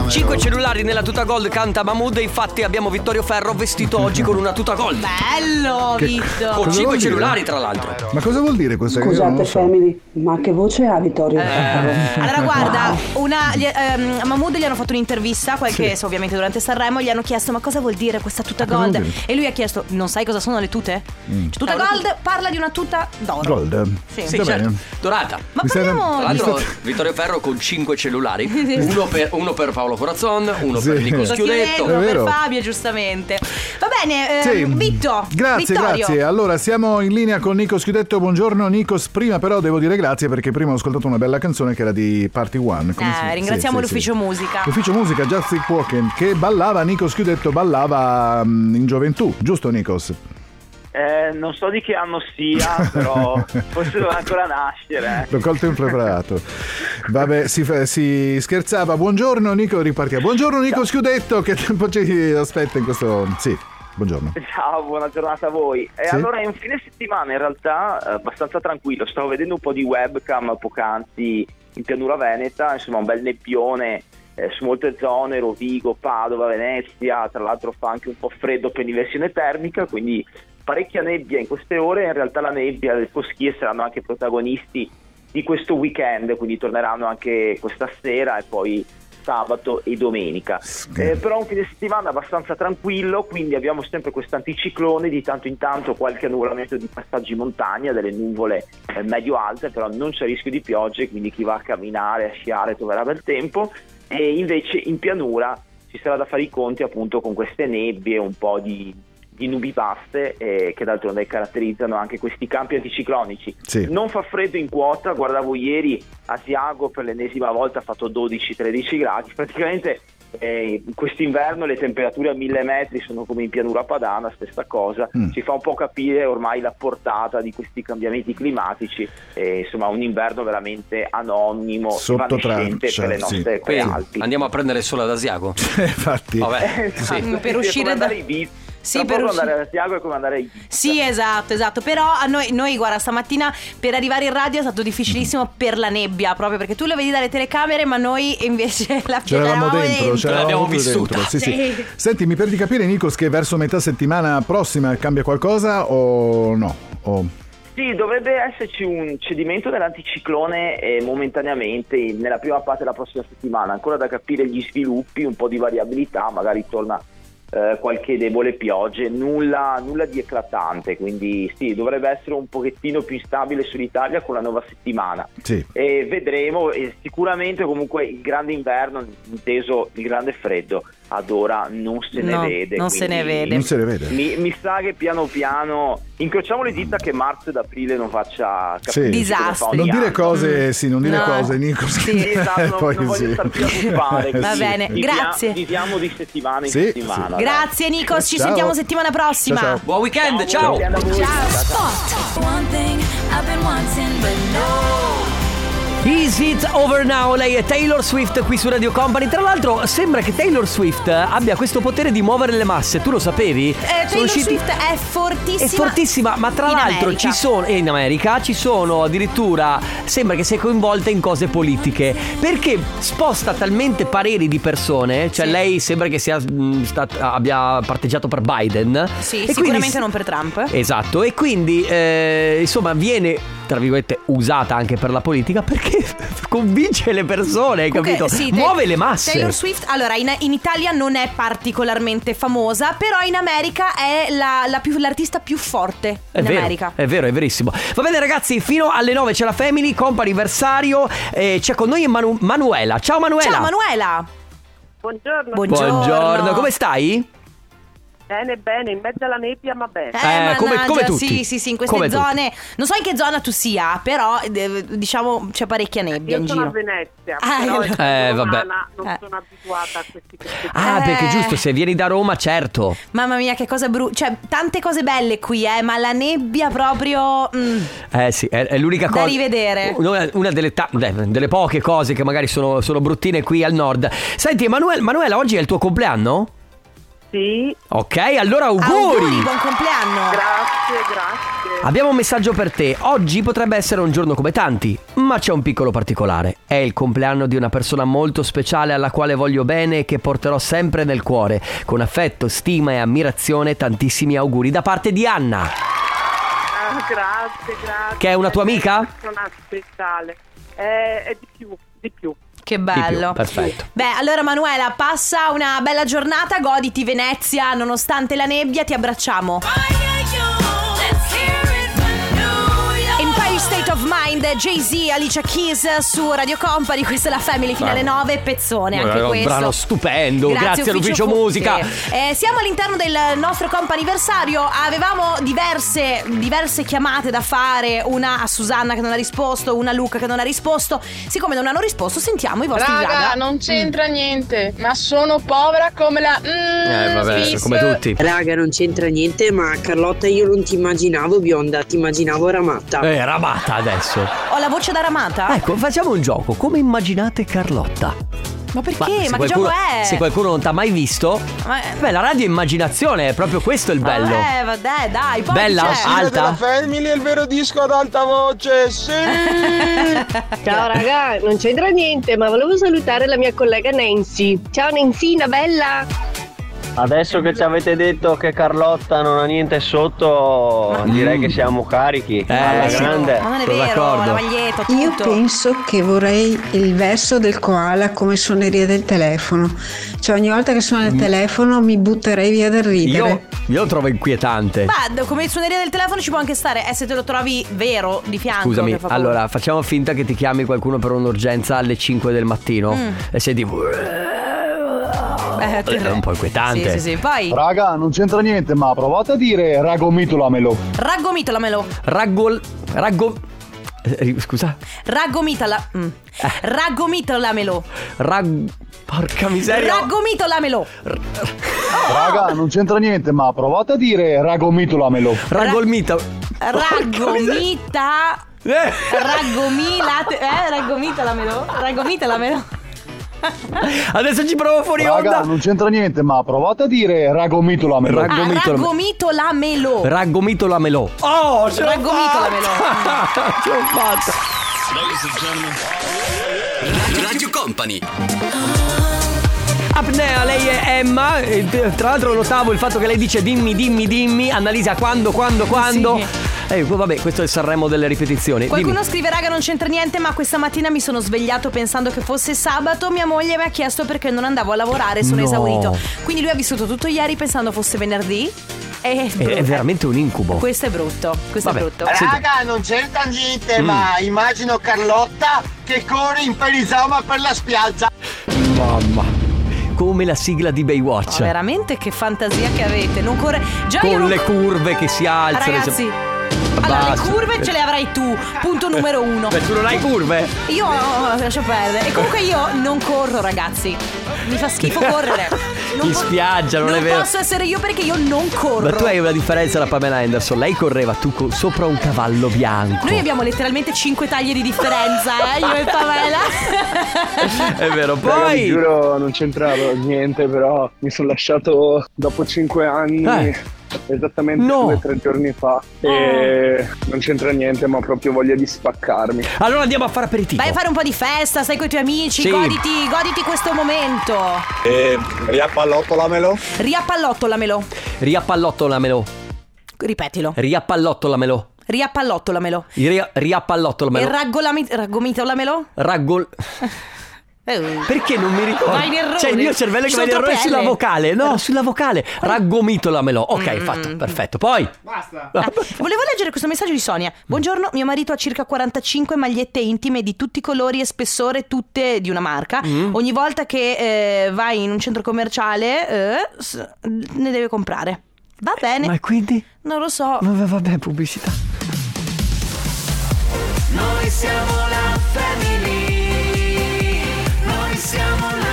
S1: 5 cellulari nella tuta gold canta Mahmood e infatti abbiamo Vittorio Ferro vestito oggi con una tuta gold.
S2: Bello,
S4: Che-
S2: Vito.
S1: Con
S4: Cosa vuol
S1: 5
S4: dire?
S1: cellulari tra l'altro.
S4: Ma cosa vuol dire questo? Che io non
S9: Scusate
S4: lo so.
S9: family, ma che voce ha Vittorio?
S4: Eh,
S2: Allora guarda, una, gli- ehm, a Mahmood gli hanno fatto un'intervista, qualche,
S9: Sì.
S2: ovviamente durante Sanremo, gli hanno chiesto ma cosa vuol dire questa tuta
S4: Ah, cosa vuol
S2: gold?
S4: dire?
S2: E lui ha chiesto, non sai cosa sono le tute?
S4: Mm.
S2: Cioè, tuta gold parla di una tuta d'oro.
S4: Gold.
S2: Sì.
S4: Va
S2: Sì, certo.
S4: bene.
S1: Dorata.
S2: Ma
S4: Mi stai-
S2: parliamo
S1: Tra
S2: di...
S1: l'altro Vittorio Ferro con 5 cellulari,
S2: Sì.
S1: uno per, uno per Paolo Corazzon, uno
S4: Sì.
S1: per Nico
S2: Lo chiudevo
S1: Schiudetto.
S2: per Fabio, giustamente. Va bene, ehm,
S4: Sì.
S2: Vitto.
S4: Grazie,
S2: Vittorio.
S4: grazie. Allora, siamo in linea con Nico Schiudetto. Buongiorno Nicos. Prima però devo dire grazie perché prima ho ascoltato una bella canzone che era di Party One. Come
S2: Eh,
S4: si-
S2: ringraziamo
S4: sì, sì,
S2: l'ufficio
S4: sì.
S2: musica.
S4: L'ufficio musica Justin Walken che ballava, Nico Schiudetto ballava mm, in gioventù, giusto Nikos?
S14: Eh, non so di che anno sia, però forse doveva ancora nascere. eh.
S4: L'ho colto impreparato. Vabbè, si, fa- si scherzava. Buongiorno Nico, ripartiamo. Buongiorno Nico Schiudetto, che tempo ci aspetta in questo... Sì, buongiorno.
S14: eh. Ciao, buona giornata a voi. E
S4: Sì.
S14: allora è un fine settimana in realtà eh, abbastanza tranquillo, stavo vedendo un po' di webcam poc'anzi in pianura veneta, insomma un bel nebbione eh, su molte zone, Rovigo, Padova, Venezia, tra l'altro fa anche un po' freddo per l'inversione termica, quindi parecchia nebbia in queste ore, in realtà la nebbia e le foschie saranno anche protagonisti di questo weekend, quindi torneranno anche questa sera e poi sabato e domenica. Eh, però un fine settimana abbastanza tranquillo, quindi abbiamo sempre questo anticiclone, di tanto in tanto qualche annuvolamento di passaggi in montagna, delle nuvole eh, medio-alte, però non c'è rischio di piogge, quindi chi va a camminare, a sciare troverà bel tempo e invece in pianura ci sarà da fare i conti appunto con queste nebbie, un po' di, di nubipaste eh, che d'altronde caratterizzano anche questi campi anticiclonici.
S4: Sì.
S14: Non fa freddo in quota, guardavo ieri a Asiago per l'ennesima volta ha fatto 12-13 gradi, praticamente eh, quest'inverno le temperature a 1000 metri sono come in pianura padana, stessa cosa,
S4: Mm.
S14: ci fa un po' capire ormai la portata di questi cambiamenti climatici, eh, insomma un inverno veramente anonimo,
S4: Sotto
S14: evanescente
S4: traccia,
S14: per le
S4: sì.
S14: nostre
S1: Quindi,
S14: Alpi.
S1: andiamo a prendere il sole ad Asiago.
S4: Infatti. Eh,
S1: Vabbè,
S14: Esatto,
S1: sì.
S14: sì,
S2: Mm, Per
S14: sì, è come
S2: uscire da-
S14: andare ai beat.
S2: Sì,
S14: Tra
S2: per
S14: poco
S2: uscire-
S14: andare a Tiago è come andare ai beat.
S2: Sì, esatto, esatto. Però a noi, noi, guarda, stamattina per arrivare in radio è stato difficilissimo
S4: Mm-hmm.
S2: per la nebbia, proprio perché tu lo vedi dalle telecamere, ma noi invece la
S4: Ce l'avevamo
S2: eravamo
S4: dentro, ce l'avevamo
S1: L'abbiamo
S4: proprio
S1: vissuta.
S4: dentro. Sì, sì.
S2: Sì.
S4: Senti, mi per di capire, Nikos, che verso metà settimana prossima cambia qualcosa o no? O-
S14: Sì, dovrebbe esserci un cedimento dell'anticiclone eh, momentaneamente in- nella prima parte della prossima settimana, ancora da capire gli sviluppi, un po' di variabilità, magari torna eh, qualche debole piogge, nulla, nulla di eclatante, quindi sì, dovrebbe essere un pochettino più instabile sull'Italia con la nuova settimana.
S4: Sì.
S14: E vedremo, e sicuramente comunque il grande inverno, inteso il grande freddo, ad ora non se ne
S2: No,
S14: vede.
S2: non se ne
S14: quindi-
S2: vede.
S4: Non se ne vede.
S14: mi, mi sa che piano piano incrociamo le dita che marzo ed aprile non faccia
S4: Sì.
S14: capire come fa ogni
S4: Non dire
S14: anno.
S4: cose, sì, non dire
S2: No.
S4: cose, Nikos.
S2: Sì,
S14: Esatto, non,
S4: Poi
S14: non voglio
S4: sì.
S14: star più a buffare,
S4: Eh,
S2: Va
S4: sì.
S2: bene,
S14: Vivia-
S2: grazie.
S14: Viviamo di settimana in
S4: Sì,
S14: settimana.
S4: sì.
S14: dai.
S2: Grazie, Nikos. Ci
S4: Ciao.
S2: sentiamo settimana prossima.
S4: Ciao, ciao.
S1: Buon weekend,
S14: Ciao,
S1: ciao!
S14: buon weekend a voi.
S17: Spot. One thing I've been wanting, but no.
S1: Is it over now? Lei è Taylor Swift qui su Radio Company. Tra l'altro, sembra che Taylor Swift abbia questo potere di muovere le masse. Tu lo sapevi?
S2: Eh, Taylor Swift è fortissima.
S1: È fortissima, ma tra
S2: in
S1: l'altro
S2: America.
S1: ci sono e in America ci sono addirittura sembra che sia coinvolta in cose politiche perché sposta talmente pareri di persone, cioè lei sembra che sia, mh, stat- abbia parteggiato per Biden.
S2: Sì,
S1: E quindi
S2: sicuramente
S1: s-
S2: non per Trump.
S1: Esatto, e quindi eh, insomma viene tra virgolette usata anche per la politica perché convince le persone, hai
S2: Comunque,
S1: capito?
S2: sì,
S1: Muove
S2: Tay-
S1: le masse.
S2: Taylor Swift, allora, in, in Italia non è particolarmente famosa, però in America è la- la più- l'artista più forte
S1: È
S2: in
S1: vero,
S2: America.
S1: è vero, è verissimo. Va bene ragazzi, fino alle 9 c'è la Family, compa anniversario, eh, c'è con noi Manu- Manuela. Ciao Manuela.
S2: Ciao Manuela!
S16: Buongiorno.
S1: Buongiorno. come stai?
S16: Bene, bene, in mezzo alla nebbia, ma bene.
S1: Eh, come-
S2: mannaggia,
S1: come tutti.
S2: Sì, sì, sì, in queste
S1: Come tutti.
S2: zone. Non so in che zona tu sia, però eh, diciamo c'è parecchia nebbia
S16: Io
S2: in
S16: sono a
S2: giro.
S16: Venezia,
S2: Ah,
S16: però
S2: eh,
S1: eh,
S16: essendo
S1: vabbè.
S16: romana non
S2: Eh.
S16: sono abituata a questi questi-
S1: Ah,
S2: Eh.
S1: perché giusto, se vieni da Roma, certo.
S2: Mamma mia, che cosa brutta. Cioè, tante cose belle qui, eh, ma la nebbia proprio. mm.
S1: Eh sì, è, è l'unica
S2: Da
S1: cosa.
S2: rivedere.
S1: Una, una delle, ta- beh, delle poche cose che magari sono, sono bruttine qui al nord. Senti, Emanuel- Manuela, oggi è il tuo compleanno?
S16: Sì,
S1: Ok, allora
S2: Auguri, buon compleanno!
S16: grazie, grazie.
S1: Abbiamo un messaggio per te. Oggi potrebbe essere un giorno come tanti, Ma c'è un piccolo particolare. È il compleanno di una persona molto speciale alla quale voglio bene e che porterò sempre nel cuore. Con affetto, stima e ammirazione tantissimi auguri da parte di Anna.
S16: Ah, grazie, grazie.
S1: Che è una tua amica?
S16: Una persona speciale. Eh, È, è di più, di più.
S2: Che bello.
S1: più, perfetto.
S2: Beh, allora Manuela, passa una bella giornata, goditi Venezia, nonostante la nebbia, ti abbracciamo. Empire State of Mind, Jay-Z, Alicia Keys su Radio Company, questa è la Family fino alle
S1: Bravo.
S2: 9, pezzone anche
S1: È un
S2: questo.
S1: brano stupendo, grazie, all'ufficio
S2: Fonte.
S1: musica.
S2: Eh, siamo all'interno del nostro comp'anniversario. Avevamo diverse, diverse chiamate da fare: una a Susanna che non ha risposto, una a Luca che non ha risposto. Siccome non hanno risposto, sentiamo i vostri Mm.
S19: Raga,
S2: raga.
S22: Mm.
S19: non c'entra niente, ma sono povera come la. Mm,
S1: Eh,
S19: Swiss.
S20: Raga, non c'entra niente, ma Carlotta io non ti immaginavo bionda, ti immaginavo ramatta.
S1: Eh, ramata adesso.
S2: Ho la voce da ramata?
S1: Ecco, facciamo un gioco. Come immaginate Carlotta?
S2: Ma perché?
S1: se
S2: Ma, che
S1: qualcuno-
S2: gioco è?
S1: Se qualcuno non t'ha mai visto,
S2: Ma-
S1: beh, la radio è immaginazione, è proprio questo il bello.
S2: Eh, vabbè, dai, poi
S1: Bella, ah,
S2: c'è.
S1: alta.
S21: Family è il vero disco ad alta voce.
S22: Ciao raga, non c'entra niente, ma volevo salutare la mia collega Nancy. Ciao Nancyna, bella!
S11: Adesso che ci avete detto che Carlotta non ha niente sotto, direi che siamo carichi.
S1: Eh,
S11: Alla grande.
S2: Ma non è vero, la maglietta, tutto.
S23: Io penso che vorrei il verso del koala come suoneria del telefono. Cioè ogni volta che suona il telefono mi butterei via dal ridere.
S1: Mm. Io, io lo trovo inquietante.
S2: Ma d- come suoneria del telefono ci può anche stare, eh, se te lo trovi vero di fianco.
S1: Scusami,
S2: per favore.
S1: allora facciamo finta che ti chiami qualcuno per un'urgenza alle 5 del mattino
S2: Mm.
S1: e sei tipo.
S2: Eh,
S1: È un po' inquietante.
S2: Sì, sì, sì. Poi
S24: Raga, non c'entra niente, ma provate a dire ragomitolamelo.
S2: raggomitolamelo.
S1: Raggol. Raggo. eh, Scusa?
S2: Raggomitala. Mm.
S1: Eh.
S2: Raggomitolamelo.
S1: Rag. Porca miseria.
S2: Raggomitolamelo.
S24: Raga, non c'entra niente, ma provate a dire ragomitolamelo.
S1: Ragolmita.
S2: Raggomita.
S1: Eh.
S2: Raggomilate. Eh, raggomitolamelo. Raggomitolamelo.
S1: Adesso ci provo fuori
S24: Raga, non c'entra niente, ma provate a dire ragomitolamelo.
S2: Ah, raggomitolamelo.
S1: Raggomitolamelo. Oh, ce l'ho
S2: Raggomitolamelo.
S1: fatta! ce l'ho fatta.
S21: Radio Company.
S1: Apnea, lei è Emma. e t- Tra l'altro notavo il fatto che lei dice dimmi, dimmi, dimmi. Annalisa quando, quando, quando. Eh, vabbè, questo è il Sanremo delle ripetizioni.
S2: Qualcuno
S1: Dimmi.
S2: scrive, raga, non c'entra niente, ma questa mattina mi sono svegliato pensando che fosse sabato. Mia moglie mi ha chiesto perché non andavo a lavorare, sono
S1: No.
S2: esaurito. Quindi lui ha vissuto tutto ieri pensando fosse venerdì. E
S1: È, Eh, è veramente un incubo.
S2: Questo è brutto, questo
S1: Vabbè,
S2: è brutto.
S1: senti-
S24: Raga, non c'entra niente,
S1: Mm.
S24: ma immagino Carlotta che corre in perizoma per la spiaggia.
S1: Mamma. Come la sigla di Baywatch.
S2: Ma veramente che fantasia che avete. Non corre. Già io
S1: Cioè. Con
S2: non
S1: le curve che si alzano.
S2: Ragazzi. Allora, le
S1: Basta.
S2: curve ce le avrai tu, punto numero uno.
S1: Beh, tu non hai curve?
S2: Io oh, lascio perdere. E comunque io non corro, ragazzi. Mi fa schifo correre. Non
S1: In
S2: po-
S1: spiaggia, non, è
S2: non
S1: vero.
S2: posso essere io perché io non corro.
S1: Ma tu hai una differenza da Pamela Anderson. Lei correva tu co- sopra un cavallo bianco.
S2: Noi abbiamo letteralmente 5 taglie di differenza, eh, io e Pamela.
S1: È vero,
S25: Raga, vi
S1: poi.
S25: giuro, non c'entrava niente, però mi sono lasciato dopo 5 anni.
S1: Eh.
S25: Esattamente due o tre giorni fa e non c'entra niente ma ho proprio voglia di spaccarmi.
S1: Allora andiamo a fare aperitivo.
S2: Vai a fare un po' di festa, stai con i tuoi amici,
S25: Sì.
S2: goditi, goditi questo momento.
S25: E riappallottolamelo.
S2: Riappallottolamelo.
S1: Riappallottolamelo.
S2: Ripetilo.
S1: Riappallottolamelo.
S2: Riappallottolamelo.
S1: Ria- riappallottolamelo.
S2: E raggolami- raggomitolamelo?
S1: Raggol. Eh,
S2: Eh,
S1: Perché non mi ricordo?
S2: Vai in errore.
S1: Cioè, il mio cervello che
S2: Sono
S1: va in errore
S2: troppe
S1: sulla
S2: L. Mm.
S1: vocale. No, sulla vocale. Raggomitolamelo. Ok, fatto, perfetto. Poi.
S2: ah,
S1: Ah,
S2: Volevo leggere questo messaggio di Sonia.
S1: Mm.
S2: Buongiorno, mio marito ha circa 45 magliette intime di tutti i colori e spessore, tutte di una marca.
S26: Mm.
S2: Ogni volta che eh, vai in un centro commerciale eh, s- ne deve comprare. Va bene.
S1: Ma quindi?
S2: Non lo so.
S1: Vabbè, vabbè, pubblicità.
S17: Noi siamo la family. Noi siamo la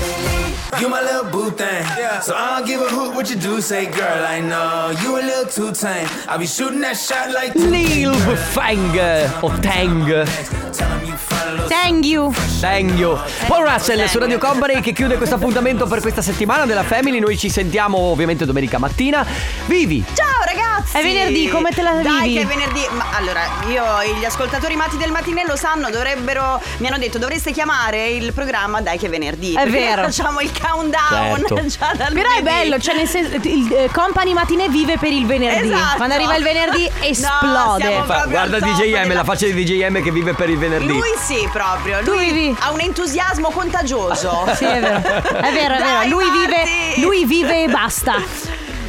S17: family.
S28: You my little boo thing. So I don't give a hoot what you do, say girl. I know you a little too tame. I be shooting that shot like
S1: Lil Fang eh, o Tang.
S28: Tell 'em you fine.
S31: Thank you.
S1: Thank you. Paul Russell su Radio Company che chiude questo appuntamento per questa settimana della Family. Noi ci sentiamo ovviamente domenica mattina. Vivi!
S31: Ciao ragazzi!
S2: È venerdì, come te la
S31: Dai,
S2: vivi?
S31: che è venerdì. Ma allora, io gli ascoltatori matti del mattinello sanno, dovrebbero. Mi hanno detto dovreste chiamare il programma Dai che è venerdì.
S2: È
S31: Perché
S2: vero.
S31: Facciamo il countdown
S1: Certo.
S31: già dal
S2: Però è
S31: lunedì.
S2: bello, cioè nel senso, il eh, company matinee vive per il venerdì.
S31: Esatto.
S2: Quando arriva il venerdì
S31: No,
S2: esplode.
S31: siamo-
S1: Fa-
S31: proprio
S1: guarda
S31: al top
S1: DJM,
S31: della-
S1: la faccia di DJM che vive per il
S2: cioè,
S1: venerdì.
S31: Lui sì, proprio. Lui ha un entusiasmo contagioso.
S2: sì, è vero. È vero, è
S31: Dai,
S2: vero. Lui vive,
S31: Marti!
S2: lui vive e basta.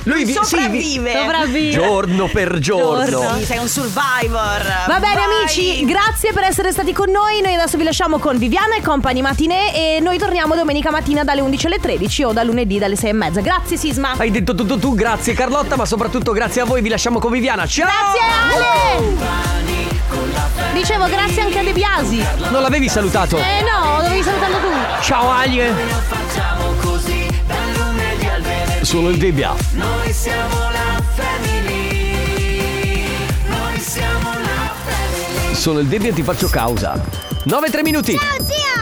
S1: Lui vi- sì,
S31: Sopravvive.
S1: vi-
S2: Sopravvive.
S1: giorno per giorno.
S31: Sì, sei un survivor.
S2: Va bene
S31: Vai.
S2: amici, grazie per essere stati con noi. Noi adesso vi lasciamo con Viviana e Company Matinee e noi torniamo domenica mattina dalle 11 alle 13 o da lunedì dalle 6 e mezza. Grazie Sisma.
S1: Hai detto tutto tu, grazie Carlotta, ma soprattutto grazie a voi, vi lasciamo con Viviana. Ciao!
S2: Grazie Ale. Dicevo grazie anche a De Biasi.
S1: Non l'avevi salutato?
S2: Eh no, dovevi salutarlo tu.
S1: Ciao Ale!
S3: Facciamo così dal lunedì al venerdì.
S1: Solo il Debbia.
S3: Noi siamo la family. Noi siamo la family.
S1: Solo il Debbia ti faccio causa. 9-3 minuti.
S3: zio.